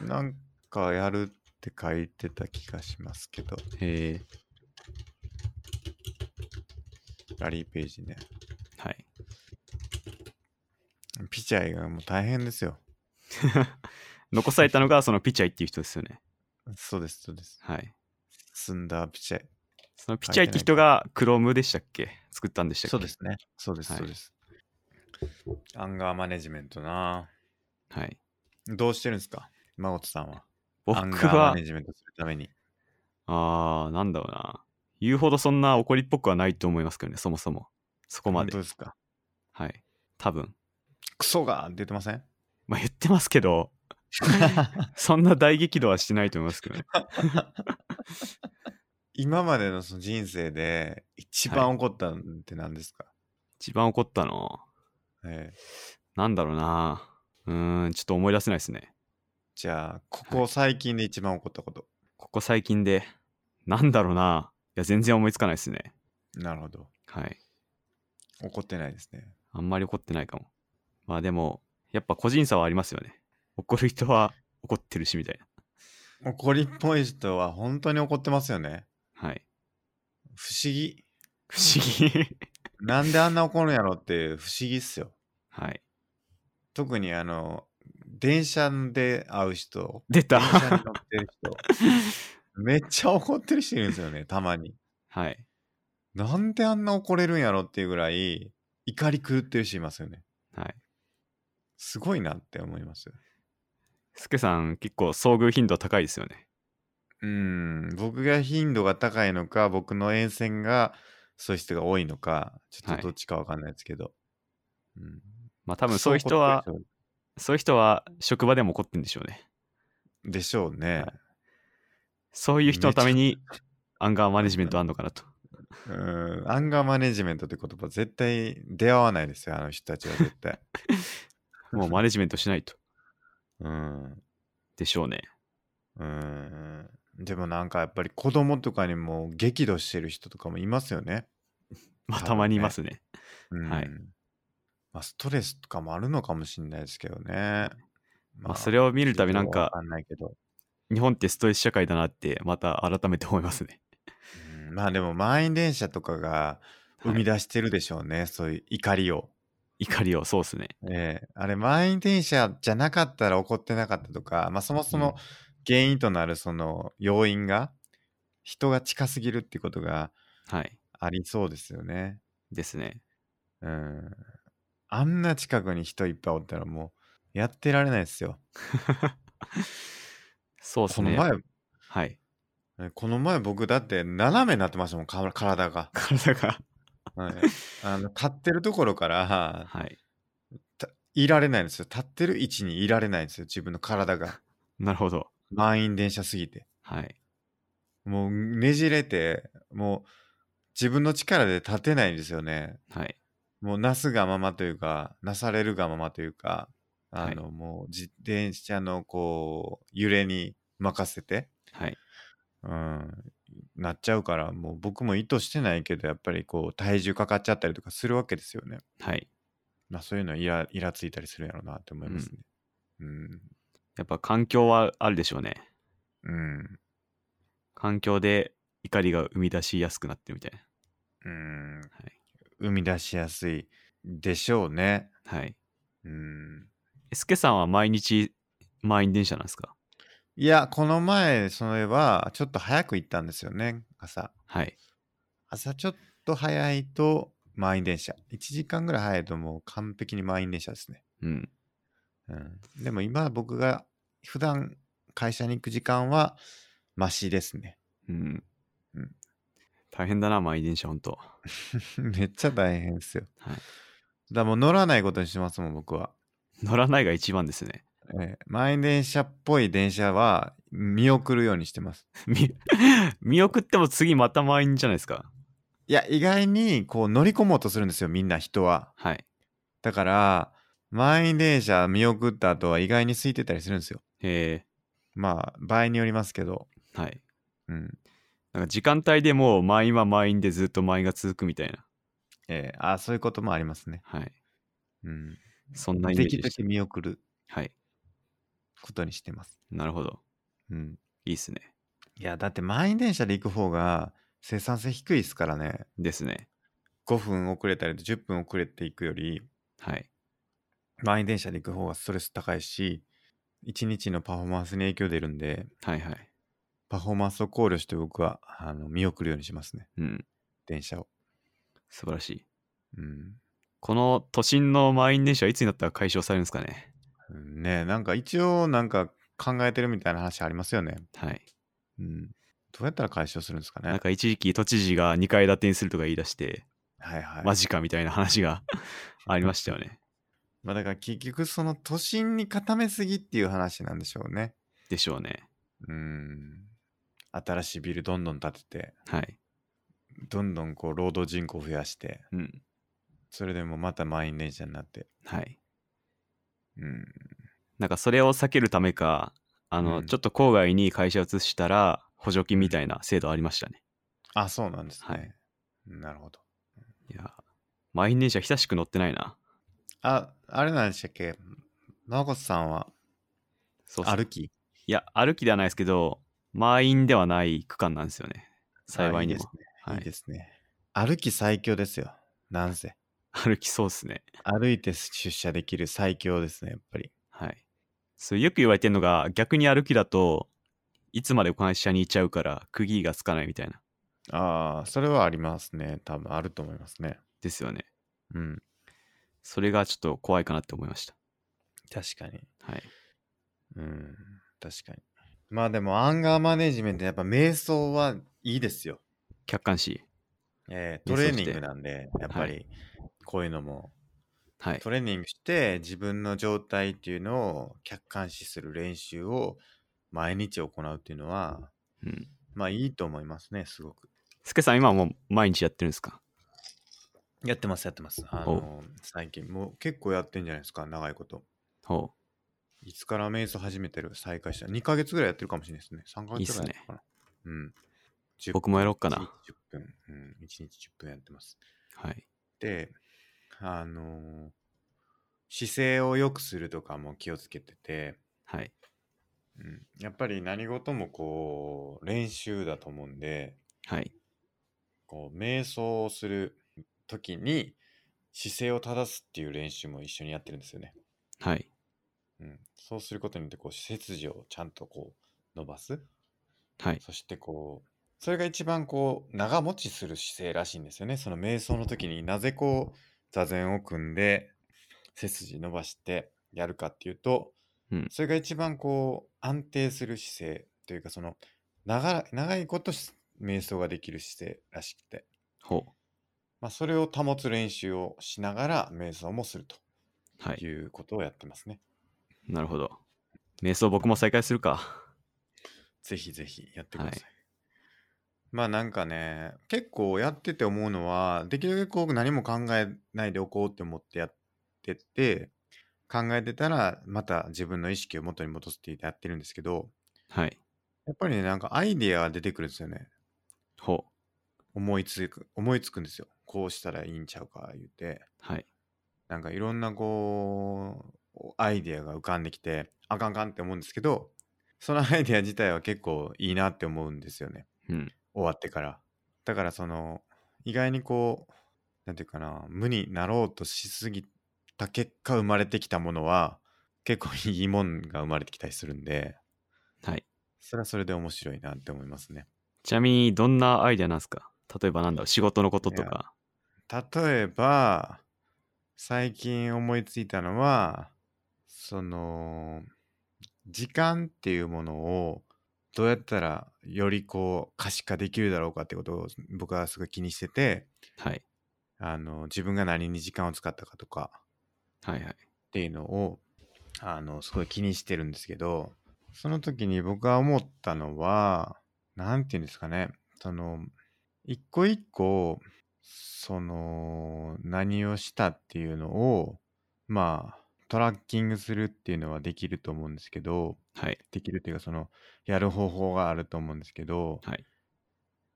S1: なんかやるって書いてた気がしますけど
S2: へえ
S1: ラリーページね
S2: はい
S1: ピチャイがもう大変ですよ
S2: 残されたのがそのピチャイっていう人ですよね
S1: そうですそうです
S2: はい
S1: スンダーピチャイ
S2: そのピチャイって人が Chrome でしたっけ作ったんでしたっけ
S1: そうですねそうです
S2: はい
S1: そうです、アンガーマネジメントな
S2: はい
S1: どうしてるんですか真琴さんは
S2: 僕
S1: アンガーマ
S2: は
S1: ネジメントするために
S2: ああなんだろうな言うほどそんな怒りっぽくはないと思いますけどねそもそもそこま
S1: 本
S2: で
S1: 当ですか
S2: はい多分
S1: クソがーって言ってません
S2: まあ言ってます けどそんな大激怒はしてないと思いますけどね
S1: 今までのその人生で一番怒ったのって何ですか、
S2: 一番怒ったの
S1: ええ
S2: なんだろうなうーんちょっと思い出せないですね
S1: じゃあここ最近で一番怒ったこと、
S2: ここ最近でなんだろうないや全然思いつかないですね
S1: なるほど
S2: はい
S1: 怒ってないですね
S2: あんまり怒ってないかもまあでもやっぱ個人差はありますよね怒る人は怒ってるしみたいな
S1: 怒りっぽい人は本当に怒ってますよね
S2: はい
S1: 不思議
S2: 不思議
S1: なんであんな怒るんやろって不思議っすよ
S2: はい
S1: 特にあの電車で会う人
S2: 出た
S1: 電車に乗ってる人めっちゃ怒ってる人いるんですよねたまに
S2: はい
S1: なんであんな怒れるんやろっていうぐらい怒り狂ってる人いますよね
S2: はい
S1: すごいなって思います
S2: スケさん結構遭遇頻度高いですよね
S1: うん僕が頻度が高いのか僕の沿線がそういう人が多いのかちょっ
S2: はい
S1: とどっちかわかんないですけど、うん、
S2: まあ多分そういう人は
S1: クソ怒ってる
S2: そういう人は職場でも怒ってるんでしょうね
S1: 人でしょうね、
S2: はいそういう人のためにアンガーマネジメントあんのかなと
S1: うんアンガーマネジメントって言葉絶対出会わないですよあの人たちは絶 対
S2: もうマネジメントしないと
S1: うん
S2: でしょうね
S1: うんでもなんかやっぱり子供とかにも激怒してる人とかもいますよね、
S2: ま
S1: 多分
S2: あ
S1: ね
S2: たまにいますね
S1: うん
S2: はい
S1: まあ、ストレスとかもあるのかもしれないですけどね
S2: まあそれを見るたびなん
S1: わ
S2: か
S1: かんないけど
S2: 日本ってストレス社会だなってまた改めて思いますね
S1: うんまあでも満員電車とかが生み
S2: はい
S1: 出してるでしょうね、そういう怒りを。
S2: 怒りをそうですね
S1: ええあれ満員電車じゃなかったら怒ってなかったとか、まあ、そもそも原因となるその要因が人が近すぎるってことが
S2: はい
S1: ありそうですよね。
S2: ですね
S1: うん。あんな近くに人いっぱいおったらもうやってられないですよ。
S2: そうです
S1: この
S2: ね
S1: 前、
S2: はい。
S1: えこの前僕だって斜めになってましたもん、か体が
S2: 体が
S1: はい、あの立ってるところから
S2: はい
S1: たいられないんですよ。立ってる位置にいられないんですよ。自分の体 が。
S2: なるほど
S1: 満員電車すぎて。
S2: はい
S1: もうねじれて、もう自分の力で立てないんですよね。
S2: はい。
S1: もうなすがままというか、なされるがままというか、あの、
S2: は
S1: もう自転車のこう、揺れに任せて、
S2: はい。
S1: うん、なっちゃうから、もう僕も意図してないけど、やっぱりこう、体重かかっちゃったりとかするわけですよね。
S2: はい。
S1: まあそういうのイライラついたりするんやろうなって思いますね。うん。
S2: やっぱ環境はあるでしょうね。
S1: うん。
S2: 環境で怒りが生み出しやすくなってるみたい
S1: うん。
S2: い
S1: 生み出しやすいでしょうね。
S2: な。はい。
S1: うん。
S2: えすけさんは毎日満員電車なんですか
S1: いや、この前、それは、ちょっと早く行ったんですよね、朝。
S2: はい。
S1: 朝ちょっと早いと満員電車。1時間ぐらい早いともう完璧に満員電車ですね。
S2: うん。
S1: うん。でも今僕が普段会社に行く時間はマシですね。
S2: うん。
S1: うん
S2: 大変だな、満員電車、ほんと。
S1: めっちゃ大変ですよ。
S2: はい
S1: だからもう乗らないことにしますもん、僕は。
S2: 乗らないが一番ですね。
S1: えー満員電車っぽい電車は見送るようにしてます。
S2: 見見送っても次また満員じゃないですか。
S1: いや、意外にこう乗り込もうとするんですよ、みんな人は。
S2: はい。
S1: だから、満員電車見送った後は意外に空いてたりするんですよ。
S2: え
S1: まあ、場合によりますけど。
S2: ー、はい。
S1: うん。
S2: なんか時間帯でもう満員は満員でずっと満員が続くみたいな。
S1: えー、あそういうこともありますね。
S2: はい。
S1: うん。
S2: そんなイメ
S1: で
S2: ージ
S1: きる
S2: で
S1: だ
S2: した
S1: け。見送る
S2: はい。
S1: ことにしてます。
S2: なるほど。
S1: うん。
S2: いいっすね。
S1: いや、だって満員電車で行く方が生産性低いですからね。
S2: ですね。
S1: 5分遅れたり10分遅れていくより、
S2: はい。
S1: 満員電車で行く方がストレス高いし一日のパフォーマンスに影響出るんで
S2: はいはい。
S1: パフォーマンスを考慮して僕はあの見送るようにしますね
S2: うん。
S1: 電車を
S2: 素晴らしい。
S1: うん
S2: この都心の満員電車はいつになったら解消されるんですかね。
S1: うんねえなんか一応なんか考えてるみたいな話ありますよね
S2: はい。
S1: うんどうやったら解消するんですか
S2: なん
S1: ね
S2: か一時期都知事が2階建てにするとか言い出して、
S1: はいはい
S2: マジかみたいな 話がありましたよね。
S1: まあだから結局その都心に固めすぎっていう話なんでしょうね
S2: でしょうね。
S1: うん新しいビルどんどん建てて
S2: はい。
S1: どんどんこう労働人口増やして
S2: うん。
S1: それでもまた満員電車になって
S2: はい。
S1: うん
S2: なんかそれを避けるためか、あの、
S1: うん
S2: ちょっと郊外に会社を移したら補助金みたいな制度ありましたね。
S1: あ、そうなんですね。
S2: はい
S1: なるほど。
S2: いや、満員電車久しく乗ってないな。
S1: あ、あれなんでしたっけ直子さんは
S2: そうそう
S1: 歩き
S2: いや、歩きではないですけど、満員ではない区間なんですよね。幸いにも。
S1: あいい
S2: は
S1: で
S2: い、
S1: すね。いいですね。歩き最強ですよ。なんせ。
S2: 歩きそうですね。
S1: 歩いて出社できる最強ですね、やっぱり。
S2: はい。そうよく言われてるのが、逆に歩きだといつまで会社にいちゃうから、区切りがつかないみたいな。
S1: ああ、それはありますね。多分あると思いますね。
S2: ですよね。
S1: うん。
S2: それがちょっと怖いかなって思いました。
S1: 確かに。
S2: はい。
S1: うん。確かに。まあでも、アンガーマネジメント、やっぱ瞑想はいいですよ。
S2: 客観視。
S1: えー
S2: 瞑
S1: ト
S2: 想
S1: レ
S2: して
S1: ーニングなんで、やっぱ
S2: は
S1: り、こういうのも
S2: はい。
S1: トレーニングして自分の状態っていうのを客観視する練習を毎日行うっていうのは
S2: うん。
S1: まあいいと思いますねすごく
S2: すけさん、今はもう毎日やってるんですか
S1: やってますやってますあの最近もう結構やってんじゃないですか長いこと
S2: ほ
S1: いつから瞑想始めてる再開した2ヶ月ぐらいやってるかもしれないですね3ヶ
S2: いいっ
S1: 月ぐら
S2: す
S1: い
S2: ね
S1: やってるかなうん
S2: う。
S1: 10
S2: 僕もやろうかな。
S1: 1日10分うん1日10分やってます
S2: はい。
S1: であの姿勢を良くするとかも気をつけてて
S2: はい。
S1: うんやっぱり何事もこう練習だと思うんで
S2: はい。
S1: こう瞑想をする時に姿勢を正すっていう練習も一緒にやってるんですよね。
S2: はい。
S1: うん、そうすることによってこう背筋をちゃんとこう伸ばす
S2: はい。
S1: そしてこうそれが一番こう長持ちする姿勢らしいんですよね。その瞑想の時になぜこう座禅を組んで背筋伸ばしてやるかっていうと、
S2: うん
S1: それが一番こう安定する姿勢というかその長ら長いことし瞑想ができる姿勢らしくて、
S2: ほ
S1: まあ、それを保つ練習をしながら瞑想もすると
S2: う。はい。
S1: いうことをやってますね。
S2: なるほど。瞑想僕も再開するか。
S1: ぜひぜひやってください。まあなんかね、結構やってて思うのは、できるだけこう何も考えないでおこうって思ってやってて、考えてたらまた自分の意識を元に戻すってやってるんですけど、
S2: はい。
S1: やっぱりね、なんかアイデアが出てくるんですよね。
S2: ほう。
S1: 思いつく、思いつくんですよ。こうしたらいいんちゃうか言うて。
S2: はい。
S1: なんかいろんなこう、アイデアが浮かんできて、あかんあかんって思うんですけど、そのアイデア自体は結構いいなって思うんですよね。
S2: うん。
S1: 終わってから。だからその、意外にこう、なんていうかな、無になろうとしすぎた結果生まれてきたものは、結構いいもんが生まれてきたりするんで、
S2: はい。
S1: それはそれで面白いなって思いますね。
S2: ちなみに、どんなアイデアなんですか例えばなんだろう、仕事のことと
S1: いや
S2: か。
S1: 例えば、最近思いついたのは、その、時間っていうものをどうやったらよりこう可視化できるだろうかってことを僕はすごい気にしてて、
S2: はい。
S1: あの、自分が何に時間を使ったかとか、
S2: はいはい。
S1: っていうのをあのすごい気にしてるんですけどその時に僕が思ったのは何て言うんですかねその一個一個その何をしたっていうのをまあトラッキングするっていうのはできると思うんですけど
S2: はい。
S1: できるっていうかそのやる方法があると思うんですけど
S2: はい。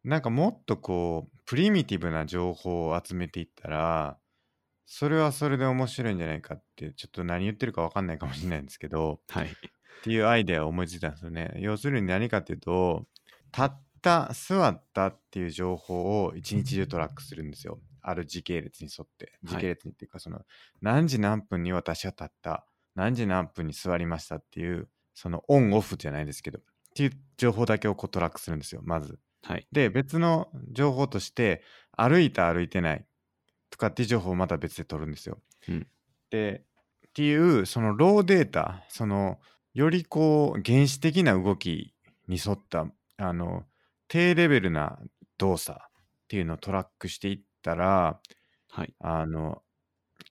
S1: なんかもっとこうプリミティブな情報を集めていったらそれはそれで面白いんじゃないかってちょっと何言ってるか分かんないかもしれないんですけど
S2: はい。
S1: っていうアイデアを思いついたんですよね。要するに何かっていうとたった座ったっていう情報を一日中トラックするんですよ。ある時系列に沿って
S2: い
S1: 時系列にっていうかその、何時何分に私は立った何時何分に座りましたっていうそのオンオフじゃないですけどっていう情報だけをこうトラックするんですよまず。
S2: はい。
S1: で、別の情報として、歩いた歩いてないとかっていう情報をまた別で取るんですよ。
S2: うん
S1: で、っていう、そのローデータ、その、よりこう、原始的な動きに沿った、あの、低レベルな動作っていうのをトラックしていったら、
S2: はい。
S1: あの、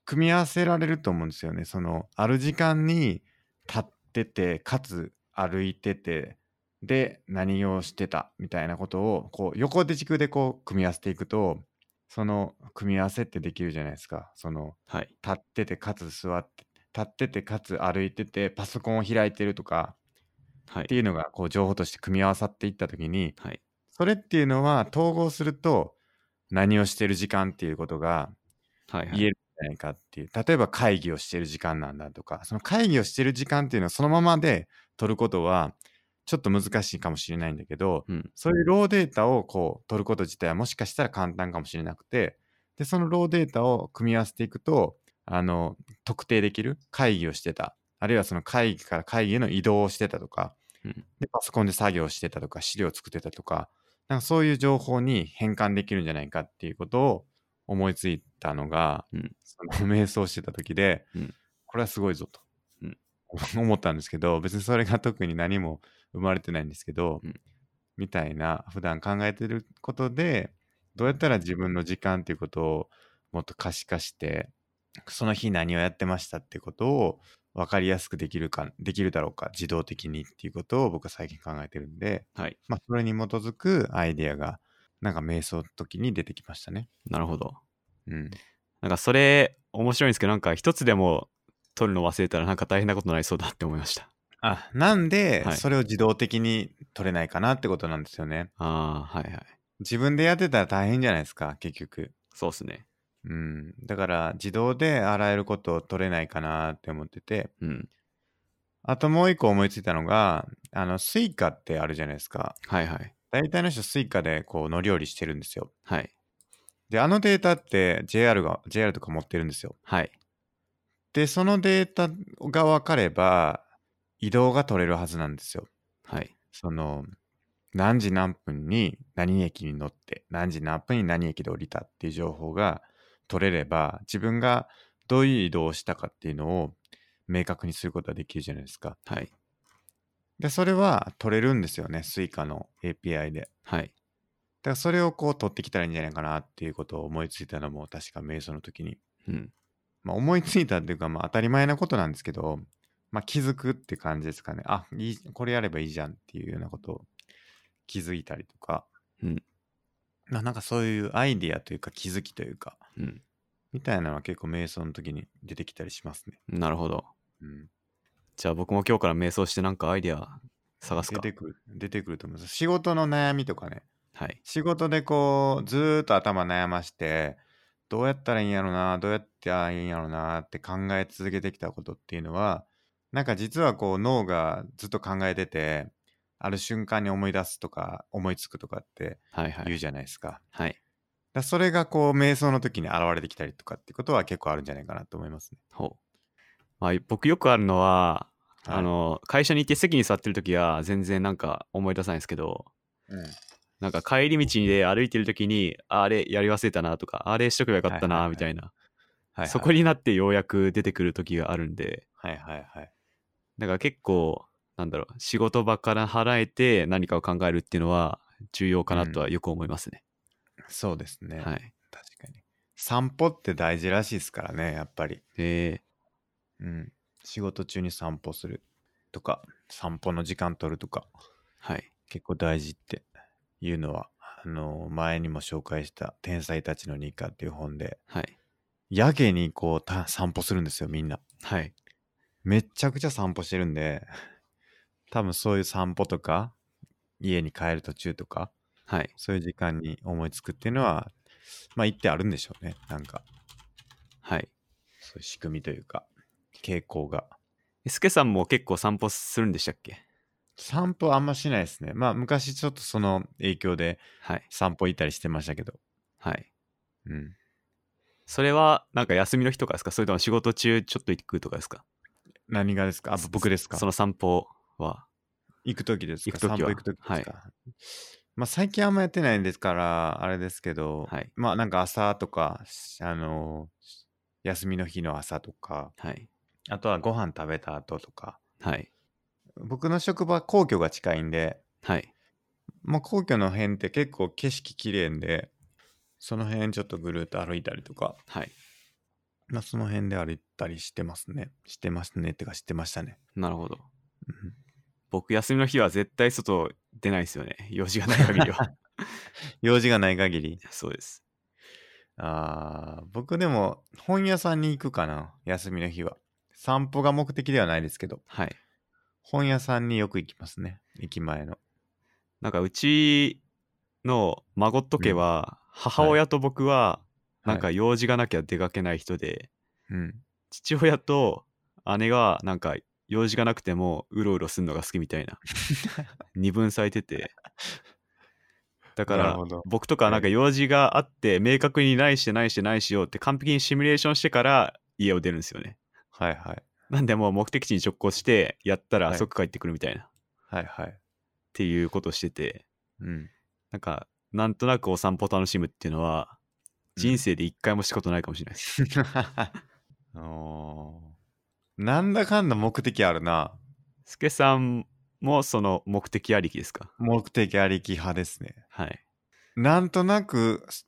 S1: 組み合わせられると思うんですよね。その、ある時間に立ってて、かつ歩いてて、で、何をしてたみたいなことを、こう、横手軸でこう、組み合わせていくと、その組み合わせってできるじゃないですか。その、
S2: はい。
S1: 立ってて、かつ座って、立ってて、かつ歩いてて、パソコンを開いてるとか
S2: は
S1: って
S2: い。
S1: いうのが、こう、情報として組み合わさっていったときに、
S2: はい。
S1: それっていうのは統合すると、何をしてる時間っていうことが
S2: はい。は
S1: 言
S2: い。
S1: えるんじゃないかっていう例えば会議をしてる時間なんだとかその会議をしてる時間っていうのをそのままで取ることはちょっと難しいかもしれないんだけど
S2: うん。
S1: そういうローデータをこう取ること自体はもしかしたら簡単かもしれなくてでそのローデータを組み合わせていくとあの特定できる会議をしてたあるいはその会議から会議への移動をしてたとか
S2: うん
S1: でパソコンで作業してたとか資料を作ってたとかなんかそういう情報に変換できるんじゃないかっていうことを思いついたのが、
S2: うん
S1: その瞑想してた時で、
S2: うん
S1: これはすごいぞと、
S2: うん
S1: 思ったんですけど別にそれが特に何も生まれてないんですけど、
S2: うん
S1: みたいな普段考えてることでどうやったら自分の時間っていうことをもっと可視化してその日何をやってましたってことを分かりやすくできるかできるだろうか自動的にっていうことを僕は最近考えてるんで、
S2: はい。
S1: まあ、それに基づくアイデアがなんか瞑想の時に出てきましたね。
S2: なるほど。
S1: うん、
S2: なんかそれ、面白いんですけど、なんか一つでも取るの忘れたらなんか大変なことになりそうだって思いました。
S1: あなんで、
S2: はい
S1: それを自動的に取れないかなってことなんですよね。
S2: ああ、はいはい。
S1: 自分でやってたら大変じゃないですか結局。
S2: そうっすね。
S1: うん、だから自動であらゆることを取れないかなって思ってて
S2: うん。
S1: あともう一個思いついたのがあのスイカってあるじゃないですか
S2: はいはい。
S1: 大体の人スイカでこう乗り降りしてるんですよ
S2: はい。
S1: であのデータって JR が JR とか持ってるんですよ
S2: はい。
S1: でそのデータが分かれば移動が取れるはずなんですよ
S2: はい。
S1: その何時何分に何駅に乗って何時何分に何駅で降りたっていう情報が取れれば自分がどういう移動をしたかっていうのを明確にすることができるじゃないですか。
S2: はい。
S1: でそれは取れるんですよね Suica の API で。
S2: はい。
S1: だからそれをこう取ってきたらいいんじゃないかなっていうことを思いついたのも確か瞑想の時に。
S2: うん。
S1: まあ、思いついたっていうか、まあ、当たり前なことなんですけど、まあ、気づくって感じですかねあいいこれやればいいじゃんっていうようなことを気づいたりとか、
S2: うん
S1: まあなんかそういうアイディアというか気づきというか、
S2: うん。
S1: みたいなのは結構瞑想の時に出てきたりしますね。
S2: なるほど。
S1: うん。
S2: じゃあ僕も今日から瞑想してなんかアイディア探す
S1: 出
S2: か。
S1: てくる、出てくると思います。仕事の悩みとかね、
S2: はい。
S1: 仕事でこう、ずーっと頭悩まして、どうやったらいいんやろな、どうやってらいいんやろなって考え続けてきたことっていうのは、なんか実はこう脳がずっと考えてて、ある瞬間に思い出すとか、思いつくとかって
S2: はいは
S1: 言う
S2: い。
S1: じゃないですか。
S2: はい。
S1: だそれがこう瞑想の時に現れてきたりとかってことは結構あるんじゃないかなと思いますね。
S2: ほう。まあ僕よくあるのは、
S1: はい
S2: あの、会社に行って席に座ってる時は全然なんか思い出さないんですけど、
S1: うん、
S2: なんか帰り道で歩いてる時に、ああれやり忘れたなとか、あれしとけばよかった
S1: はいはいは
S2: ないみたいな、
S1: はい
S2: そこになってようやく出てくる時があるんで、
S1: はいはいはい。
S2: だから結構、なんだろう、仕事場から払えて何かを考えるっていうのは重要かなとはよく思いますね。
S1: そうですね。
S2: はい。
S1: 確かに。散歩って大事らしいですからね、やっぱり。
S2: で、
S1: うん。仕事中に散歩するとか、散歩の時間取るとか、
S2: はい。
S1: 結構大事っていうのは、あの、前にも紹介した天才たちの日課っていう本で、
S2: はい。
S1: やけにこうた散歩するんですよ、みんな。
S2: はい。
S1: めっちゃくちゃ散歩してるんで、多分そういう散歩とか、家に帰る途中とか、
S2: はい。
S1: そういう時間に思いつくっていうのは、まあ一定あるんでしょうね。なんか、
S2: はい。
S1: そういう仕組みというか、傾向が。
S2: えスケさんも結構散歩するんでしたっけ
S1: 散歩あんましないですね。まあ昔ちょっとその影響で
S2: はい。
S1: 散歩行ったりしてましたけど。
S2: はい。
S1: うん。
S2: それは、なんか休みの日とかですかそれとも仕事中ちょっと行くとかですか
S1: 何がですかあ
S2: そ
S1: 僕ですか
S2: その散歩は。
S1: 行く時ですか
S2: 行く時は
S1: 散歩行く時ですか、まあ最近あんまやってないんですから、あれですけど、
S2: はい。
S1: まあなんか朝とか、あの休みの日の朝とか、
S2: はい。
S1: あとはご飯食べた後とか、
S2: はい。
S1: 僕の職場皇居が近いんで、
S2: はい。
S1: まあ、皇居の辺って結構景色綺麗んでその辺ちょっとぐるっと歩いたりとか、
S2: はい。
S1: まあ、その辺で歩いたりしてますねしてますねってかしてましたね
S2: なるほど。
S1: うん
S2: 僕、休みの日は絶対外出ないですよね。用事がない限り は。
S1: 用事がない限り
S2: そうです。
S1: あー僕でも本屋さんに行くかな休みの日は散歩が目的ではないですけど
S2: はい。
S1: 本屋さんによく行きますね駅前の
S2: なんか、うちの孫と家は、母親と僕は、なんか
S1: はい
S2: 用事がなきゃ出かけない人で、
S1: うん
S2: 父親と姉が、なんか、用事がなくてもうろうろするのが好きみた いな二分されててだか
S1: な
S2: ら
S1: るほど
S2: 僕とかはなんか用事があって明確にないしてないしてないしようって完璧にシミュレーションしてから家を出るんですよね
S1: はいはい
S2: なんでもう目的地に直行してやったら
S1: はい
S2: 即帰ってくるみたいな、っ
S1: はいはい
S2: ていうことをしてて
S1: うん
S2: なんかなんとなくお散歩楽しむっていうのは
S1: うん
S2: 人生で一回もしたことないかもしれないです、
S1: おーなんだかんだ目的あるな
S2: スケさんもその目的ありきですか
S1: 目的ありき派ですね。
S2: はい
S1: なんとなくす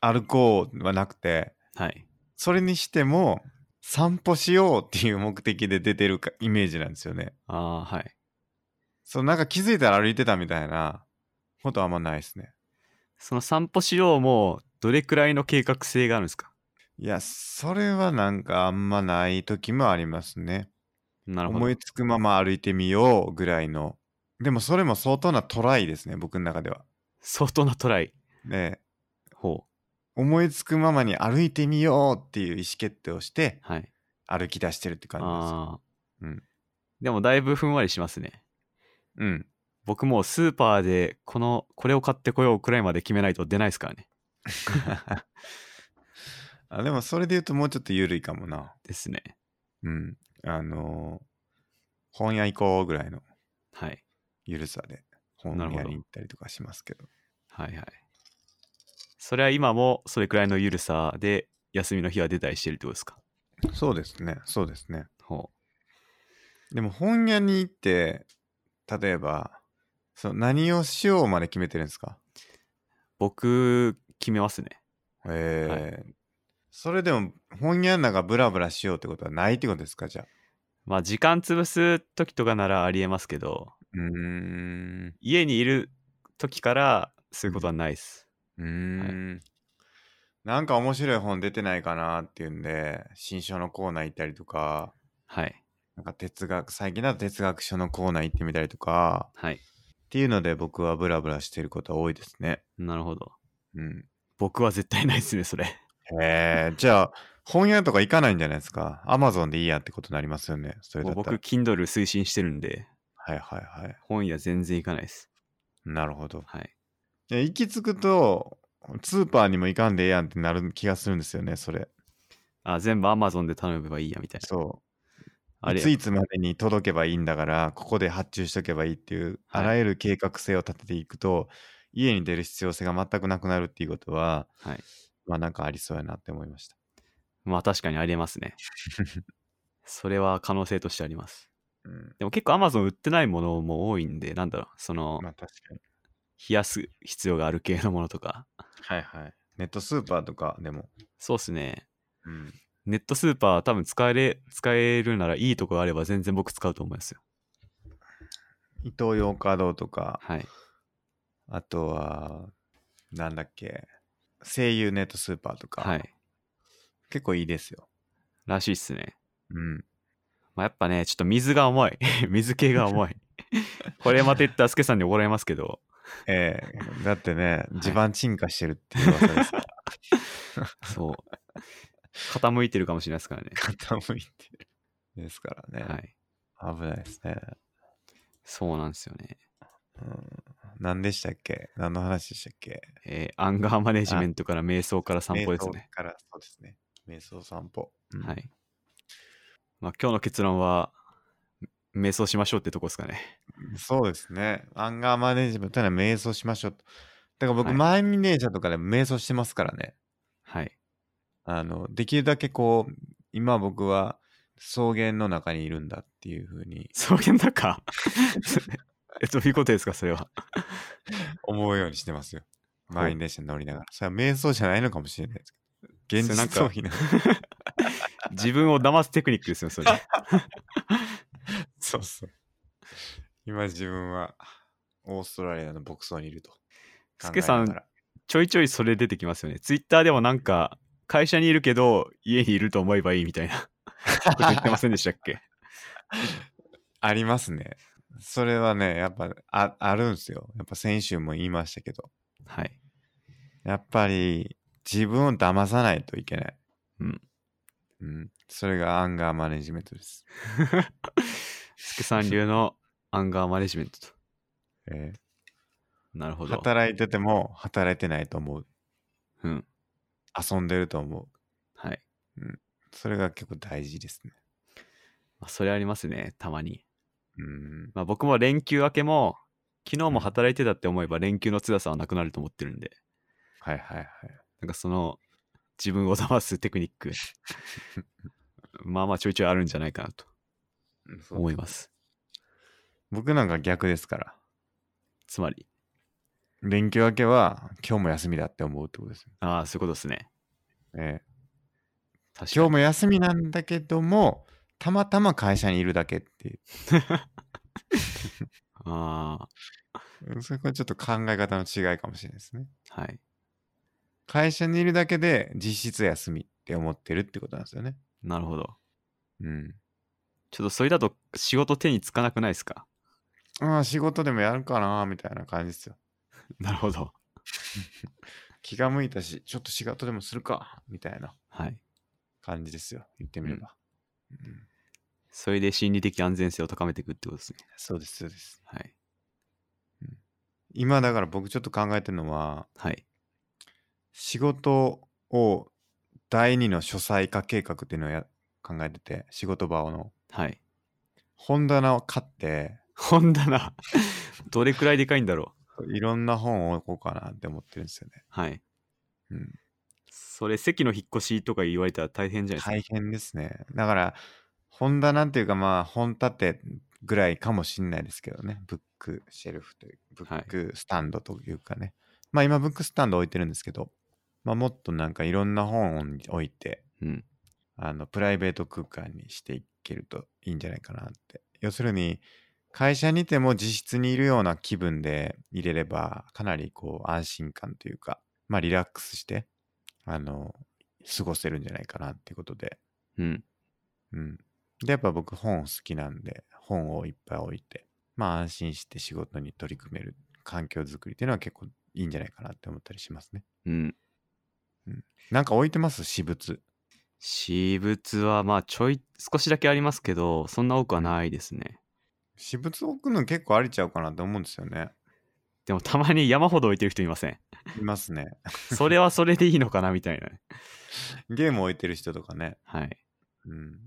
S1: 歩こうはなくて、
S2: はい
S1: それにしても散歩しようっていう目的で出てるかイメージなんですよね。
S2: ああーはい
S1: そうなんか気づいたら歩いてたみたいなことはあんまないですね。
S2: その散歩しようもどれくらいの計画性があるんですか
S1: いや、それはなんかあんまない時もありますね。
S2: なるほど
S1: 思い。つくまま歩いてみようぐらいの。でもそれも相当なトライですね、僕の中では。
S2: 相当なトライ。
S1: ね
S2: ほ
S1: 思いつくままに歩いてみようっていう意思決定をして
S2: う。はい。
S1: 歩き出してるって感じです。
S2: ああ。
S1: うん。
S2: でもだいぶふんわりしますね。
S1: うん。
S2: 僕もうスーパーでこの、これを買ってこようくらいまで決めないと出ないですからね。
S1: あでもそれで言うともうちょっと緩いかもな。
S2: ですね。
S1: うん。あのー本屋行こうぐらいの
S2: はい。
S1: 緩さで本
S2: なるほ
S1: 屋
S2: ど
S1: に行ったりとかしますけど。
S2: はいはい。それは今もそれくらいのゆるさで休みの日は出たりしてるってことですか
S1: そうですね。そうですね。
S2: ほ
S1: でも本屋に行って、例えば、その何をしようまで決めてるんですか
S2: う。僕、決めますね。
S1: えーそれでも本屋の中ブラブラしようってことはないってことですかじゃあ。
S2: まあ時間潰す時とかならありえますけど、
S1: うーん。
S2: 家にいる時からそういうことはないです。
S1: うーん、なんか面白い本出てないかなっていうんで新書のコーナー行ったりとか
S2: はい。
S1: なんか哲学最近だと哲学書のコーナー行ってみたりとか
S2: はい。
S1: っていうので僕はブラブラしてることは多いですね。
S2: なるほど。
S1: うん、
S2: 僕は絶対ないですね、それ。
S1: へえ じゃあ本屋とか行かないんじゃないですかアマゾンでいいやってことになりますよねそれ
S2: も
S1: だ
S2: う
S1: ったら
S2: 僕、Kindle 推進してるんで、
S1: はいはいはい
S2: 本屋全然行かないです。
S1: なるほど
S2: はい。
S1: いや行き着くとスーパーにも行かんでええやんってなる気がするんですよねそれ
S2: あ、全部 Amazon で頼めばいいや、みたいな。
S1: そう
S2: あ
S1: い
S2: れ
S1: ついつまでに届けばいいんだからここで発注しとけばいいっていう、
S2: はい
S1: あらゆる計画性を立てていくと家に出る必要性が全くなくなるっていうことは、
S2: はい
S1: まあなんかありそうやなって思いました
S2: まあ確かにありえます ね。それは可能性としてあります。
S1: うん
S2: でも結構 Amazon 売ってないものも多いんで、なんだろう、その、
S1: まあ確かに
S2: 冷やす必要がある系のものとか。
S1: はいはいネットスーパーとかでも、
S2: そうっすね。
S1: うん、
S2: ネットスーパー多分使えれ、使えるならいいとこがあれば全然僕使うと思いますよ。
S1: イトーヨーカドーとか
S2: はい。
S1: あとはなんだっけ声優ネットスーパーとか、
S2: はい。
S1: 結構いいですよ
S2: らしいっすね。
S1: うん
S2: まあ、やっぱね、ちょっと水が重い。 水系が重い。これまた言ったらスケさんに怒られますけど、
S1: ええ だってね、地盤沈下してるっていう噂ですから、
S2: そう。傾いてるかもしれないですからね。
S1: 傾いてる。ですから
S2: は
S1: ね、
S2: い。
S1: 危ないですね。
S2: そうなんですよね。
S1: うん、何でしたっけ何の話でしたっけ
S2: えーアンガーマネジメントから瞑想から散歩です
S1: 瞑
S2: ね
S1: 想。から、そうですね。瞑想散歩。うん
S2: はい。まあ、今日の結論は、瞑想しましょうってとこですかね。
S1: そうですね。アンガーマネジメントは瞑想しましょうと。だから僕、
S2: はい
S1: 満員電車とかで瞑想してますからね。
S2: はい。
S1: あの、できるだけこう、今僕は草原の中にいるんだっていうふうに
S2: 草原だか え、どういうことですか、それは。
S1: 思うようにしてますよ。
S2: う
S1: 満員電車に乗りながら。それは瞑想じゃないのかもしれないですけど。現
S2: それなん
S1: 実
S2: か
S1: 逃避な
S2: 自分を騙すテクニックですよ、それ。
S1: そうそう。今自分はオーストラリアの牧草にいると。
S2: スケさん
S1: 考えながら
S2: ちょいちょいそれ出てきますよね。ツイッターでもなんか、会社にいるけど、家にいると思えばいいみた いなこと言ってませんでしたっけ
S1: ありますね。それはね、やっぱああるんですよ。やっぱ先週も言いましたけど。
S2: はい。
S1: やっぱり自分を騙さないといけない。
S2: うん。
S1: うん。それがアンガーマネジメントです。
S2: スケさん流のアンガーマネジメントと。
S1: え
S2: なるほ
S1: ー
S2: ど。
S1: 働いてても働いてないと思う。
S2: うん。
S1: 遊んでると思う。
S2: はい。
S1: それが結構大事ですね。
S2: まあ、それありますね、たまに。
S1: うん。
S2: まあ、僕も連休明けも、昨日も働いてたって思えば連休の辛さはなくなると思ってるんで、
S1: はいはいはい。
S2: なんかその自分を騙すテクニック、 まあまあちょいちょいあるんじゃないかなと思います。
S1: 僕なんか逆ですから。
S2: つまり、
S1: 連休明けは今日も休みだって思うってことです
S2: ああ、そういうことですね。
S1: ね。ええ
S2: 確か
S1: 今
S2: に。
S1: 日も休みなんだけども、たまたま会社にいるだけっていう。
S2: あ
S1: うんそこはちょっと考え方の違いかもしれないですね。
S2: あ、はい。
S1: 会社にいるだけで実質休みって思ってるってことなんですよね。
S2: なるほど。
S1: うん。
S2: ちょっとそれだと仕事手につかなくないですか
S1: ああ、仕事でもやるかなみたいな感じですよ。
S2: なるほど。
S1: 気が向いたし、ちょっと仕事でもするかみたいな
S2: はい。
S1: 感じですよ。言ってみれば。うん
S2: それで心理的安全性を高めていくってことですね。
S1: そうです、そうです。
S2: はい。
S1: 今だから僕ちょっと考えてるのは、
S2: はい。
S1: 仕事を第二の書斎化計画っていうのをや考えてて、仕事場の
S2: はい。
S1: 本棚を買って、
S2: 本 棚、どれくらいでかいんだろう。
S1: いろんな本を置こうかなって思ってるんですよね。
S2: はい。
S1: うん、
S2: それ席の引っ越しとか言われたら大変じゃないですか、
S1: 大変ですね。だから、本棚っていうかまあ、本立てぐらいかもしんないですけどね。ブックシェルフという、ブックスタンドというかね。まあ今、ブックスタンド置いてるんですけど、まあもっとなんかいろんな本を置いて、
S2: うん
S1: あのプライベート空間にしていけるといいんじゃないかなって要するに会社にいても自室にいるような気分で入れればかなりこう安心感というかまあ、リラックスして、あの、過ごせるんじゃないかなっていうことで。
S2: うん。
S1: うん。で、やっぱ僕本好きなんで、本をいっぱい置いて、まあ安心して仕事に取り組める環境づくりっていうのは結構いいんじゃないかなって思ったりしますね。
S2: うん。
S1: なんか置いてます私物。
S2: 私物は、まあ、ちょい、少しだけありますけど、そんな多くはないですね。
S1: 私物置くの結構ありちゃうかなと思うんですよね。
S2: でも、たまに山ほど置いてる人いません。
S1: いますね。
S2: それはそれでいいのかな、みたいな。
S1: ゲーム置いてる人とかね。
S2: はい。
S1: うん。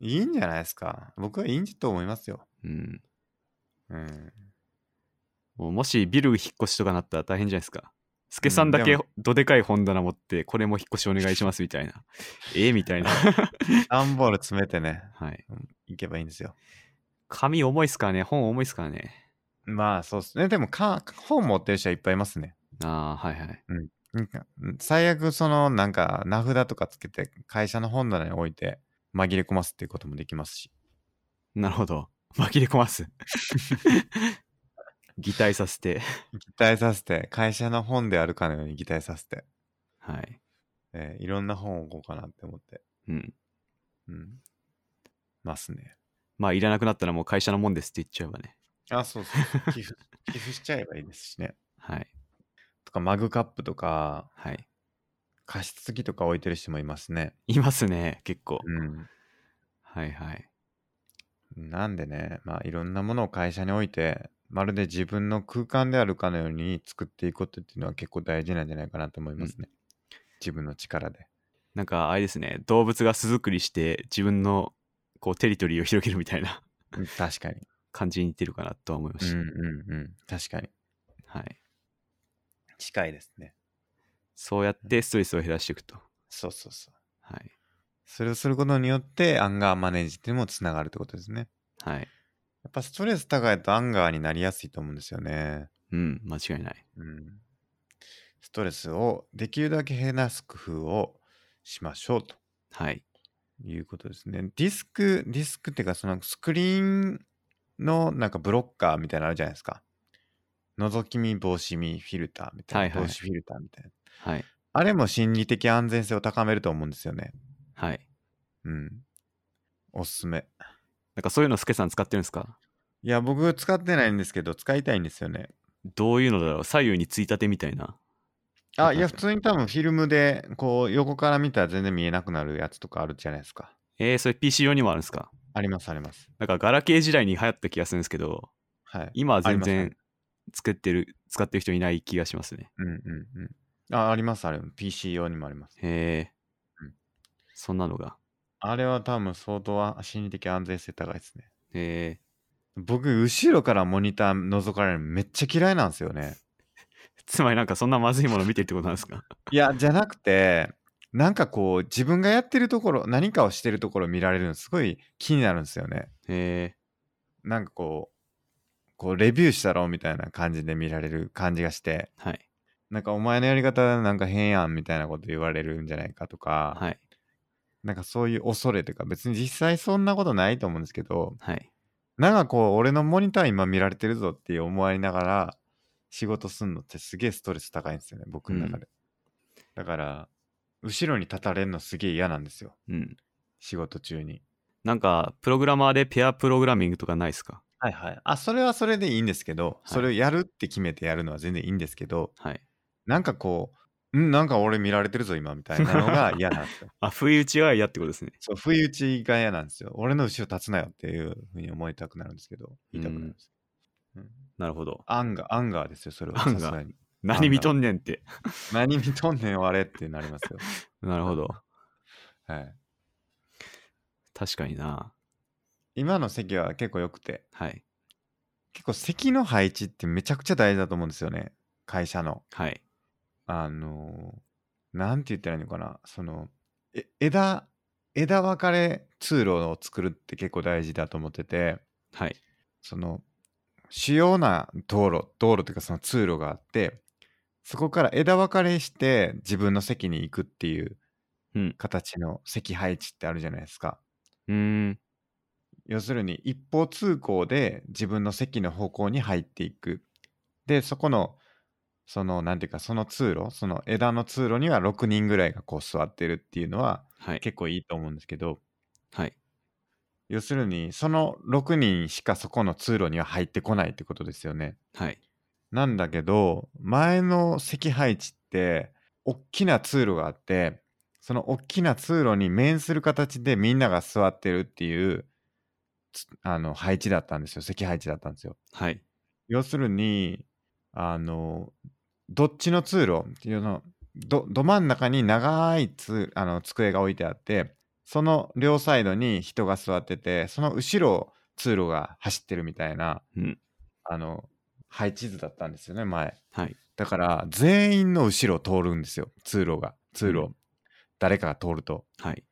S1: いいんじゃないですか。僕はいいんじゃと思いますよ。
S2: うん。
S1: うん。
S2: もうもしビル引っ越しとかなったら大変じゃないですか。スケさんだけ
S1: うんで
S2: どでかい本棚持って、これも引っ越しお願いしますみたいな。 ええみたいな。
S1: 段ボール詰めてね、
S2: はい。
S1: いけばいいんですよ。
S2: 紙重いっすからね、本重いっすからね。
S1: まあそうですね。でもか、本持ってる人はいっぱいいますね。
S2: ああ、はいはい。
S1: なんかうん最悪そのなんか名札とかつけて会社の本棚に置いて紛れ込ますっていうこともできますし
S2: なるほど。紛れ込ます。 擬態させて。
S1: 擬態させて会社の本であるかのように擬態させて、
S2: はい。
S1: えーいろんな本を置こうかなって思って
S2: うん。
S1: うんますね
S2: まあ、いらなくなったらもう会社のもんですって言っちゃえばね。
S1: あそうそうそう寄付寄付しちゃえばいいですしね
S2: はい。
S1: とかマグカップとか
S2: はい。
S1: 加湿器とか置いてる人もいますね
S2: いますね、結構。
S1: うん
S2: はいはい。
S1: なんでねまあいろんなものを会社に置いてまるで自分の空間であるかのように作っていくことっていうのは結構大事なんじゃないかなと思いますね、自分の力で
S2: なんか、あれですね、動物が巣作りして、自分の、こう、テリトリーを広げるみたいな
S1: うん確かに。
S2: 感じに似てるかなとは思いま
S1: うん
S2: した。
S1: うんうん。確かに。
S2: はい。
S1: 近いですね。
S2: そうやってストレスを減らしていくと。
S1: そうそうそう。
S2: はい。
S1: それをすることによってアンガーマネージっていうのもつながるってことですね。
S2: はい。
S1: やっぱストレス高いとアンガーになりやすいと思うんですよね。
S2: うん、間違いない。
S1: うん。ストレスをできるだけ減らす工夫をしましょうと
S2: はい。
S1: いうことですね。ディスク、ディスクっていうかそのスクリーンのなんかブロッカーみたいなのあるじゃないですか。覗き見防止見フィルターみたいな。
S2: はいはい
S1: 防止フィルターみたいな。
S2: はい。
S1: あれも心理的安全性を高めると思うんですよね。
S2: はい。
S1: うん。おすすめ。
S2: なんかそういうの、スケさん使ってるんですか
S1: いや、僕使ってないんですけど、使いたいんですよね。
S2: どういうのだろう左右についたてみたいな。
S1: あ、いや、普通に多分フィルムで、こう、横から見たら全然見えなくなるやつとかあるじゃないですか。
S2: えー、それ PC 用にもあるんですか
S1: あります、あります。
S2: なんか、ガラケー時代に流行った気がするんですけど、
S1: はい。
S2: 今は
S1: あ
S2: 全
S1: り
S2: 然作ってる、使ってる人いない気がしますね。
S1: うんうんうん。あ、あります、あれも。PC 用にもあります。
S2: へえ
S1: うん。
S2: そんなのが。
S1: あれは多分相当は心理的安全性高いですね。
S2: へえ。
S1: 僕、後ろからモニター覗かれるのめっちゃ嫌いなんですよね。
S2: つまりなんかそんなまずいもの見てるってことなんですか
S1: いや、じゃなくて、なんかこう、自分がやってるところ、何かをしてるところを見られるのすごい気になるんですよね。
S2: へえ。
S1: なんかこう、こうレビューしたろみたいな感じで見られる感じがして、
S2: はい。
S1: なんかお前のやり方なんか変やんみたいなこと言われるんじゃないかとか、
S2: はい。
S1: なんかそういう恐れというか、別に実際そんなことないと思うんですけど、
S2: はい。
S1: なんかこう、俺のモニター今見られてるぞっていう思いながら、仕事すんのってすげえストレス高いんですよね、僕の中で。だから、後ろに立たれるのすげえ嫌なんですよ、
S2: うん。
S1: 仕事中に。
S2: なんか、プログラマーでペアプログラミングとかないですか
S1: はいはい。あ、それはそれでいいんですけど、それをやるって決めてやるのは全然いいんですけど、
S2: はい。
S1: なんかこう、んなんか俺見られてるぞ今みたいなのが嫌なんですよ。
S2: あ、不意打ちは嫌ってことですね。
S1: そう、不意打ちが嫌なんですよ。俺の後ろ立つなよっていうふうに思いたくなるんですけど、言いたくなるんです。うん
S2: なるほど。
S1: アンガー、アンガーですよ、それは。
S2: アンガー
S1: さすがに。
S2: 何見とんねんって。
S1: 何見とんねん、あれってなり ますよ。
S2: なるほど。
S1: はい。
S2: 確かにな。
S1: 今の席は結構良くて、
S2: はい。
S1: 結構席の配置ってめちゃくちゃ大事だと思うんですよね。会社の。
S2: はい。
S1: あのーなんて言ったらいいのかな、その、え枝、枝分かれ通路を作るって結構大事だと思ってて、
S2: はい。
S1: その、主要な道路、道路というかその通路があって、そこから枝分かれして自分の席に行くっていう
S2: うん
S1: 形の席配置ってあるじゃないですか。
S2: うーん。
S1: 要するに一方通行で自分の席の方向に入っていく。で、そこのそのなんていうかその通路その枝の通路には6人ぐらいがこう座ってるっていうのは
S2: はい。
S1: 結構いいと思うんですけど
S2: はい。
S1: 要するにその6人しかそこの通路には入ってこないってことですよね。
S2: はい。
S1: なんだけど前の席配置って大きな通路があってその大きな通路に面する形でみんなが座ってるっていうつあの配置だったんですよ席配置だったんですよ。
S2: はい。
S1: 要するにあのどっちの通路っていうのどど真ん中に長いつあの机が置いてあってその両サイドに人が座っててその後ろを通路が走ってるみたいな、
S2: うん
S1: あの配置図だったんですよね前
S2: はい。
S1: だから全員の後ろを通るんですよ通路が通路を、
S2: う
S1: 誰かが通ると
S2: はい。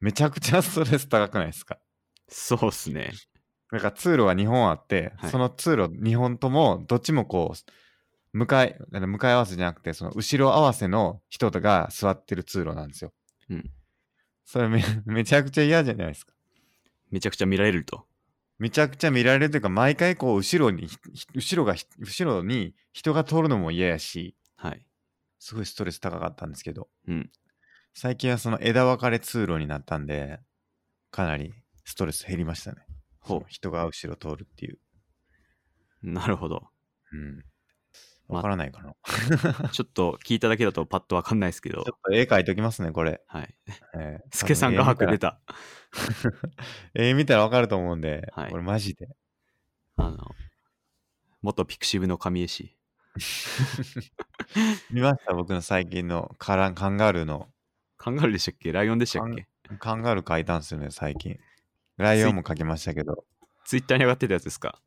S1: めちゃくちゃストレス高くないですか
S2: そうっすね。
S1: なんか通路が2本あって、
S2: はい
S1: その通路2本ともどっちもこう向かいあの向かい合わせじゃなくてその後ろ合わせの人が座ってる通路なんですよ。
S2: うん
S1: それめ めちゃくちゃ嫌じゃないですか。
S2: めちゃくちゃ見られると。
S1: めちゃくちゃ見られるというか毎回こう後ろにひひ後ろがひ後ろに人が通るのも嫌やし
S2: はい。
S1: すごいストレス高かったんですけど、
S2: うん
S1: 最近はその枝分かれ通路になったんでかなりストレス減りましたね。
S2: ほう
S1: その人が後ろ通るっていう。
S2: なるほど。
S1: うん。
S2: ま
S1: わからないかな。
S2: ちょっと聞いただけだとパッとわかんないですけど
S1: ちょ。っと絵描いときますね、これ。
S2: はい。
S1: えー
S2: スケさんが白出。た。
S1: 多分絵見たら絵見たらわかると思うんで、
S2: はい
S1: これマジで。
S2: あの、元ピクシブの神絵師。
S1: 見ました、僕の最近のカランカンガルーの。
S2: カンガルーでしたっけライオンでしたっけ
S1: カンガルー描いたんですよね、最近。ライオンも描きましたけど、
S2: ツイッターに上がってたやつですか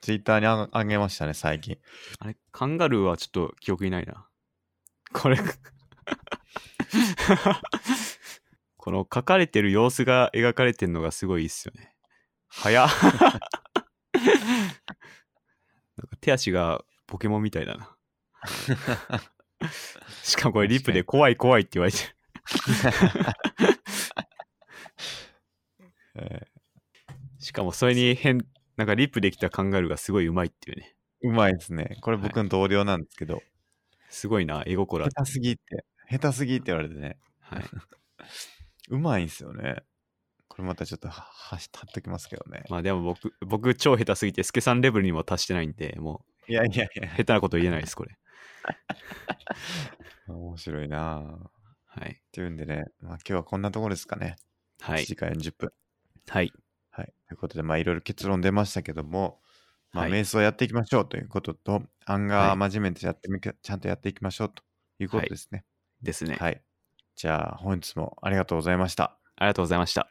S1: ツイッターにああげましたね、最近。
S2: あれ、カンガルーはちょっと記憶にないな。これこの書かれてる様子が描かれてるのがすごいいいっすよね。早っなんか手足がポケモンみたいだな。しかもこれリップで怖い怖いって言われてる。
S1: え
S2: しかもそれに変、なんかリップできたカンガルーがすごいうまいっていうね。
S1: ーうまいですね。これ僕の同僚なんですけど、
S2: すごいな、絵心あって。
S1: 下手すぎって、下手すぎって言われてね、
S2: はい。
S1: うまいんですよね。これまたちょっとは、はし、貼っときますけどね。
S2: まあでも僕、僕超下手すぎて、スケさんレベルにも達してないんで、も
S1: いやいやいや
S2: う、下手なこと言えないです、これ。
S1: 面白いなあ
S2: はい。
S1: っていうんでね、まあ、今日はこんなところですかね。
S2: は
S1: 1
S2: い。
S1: 時間40分。
S2: はい。
S1: はい。ということで、まあ、いろいろ結論出ましたけども、まあ、
S2: はい
S1: 瞑想やっていきましょうということと、アンガ
S2: は
S1: ー
S2: い
S1: 真面目にやってみけ、ちゃんとやっていきましょうということですね。
S2: ですね。
S1: はい。じゃあ、本日もありがとうございました。
S2: ありがとうございました。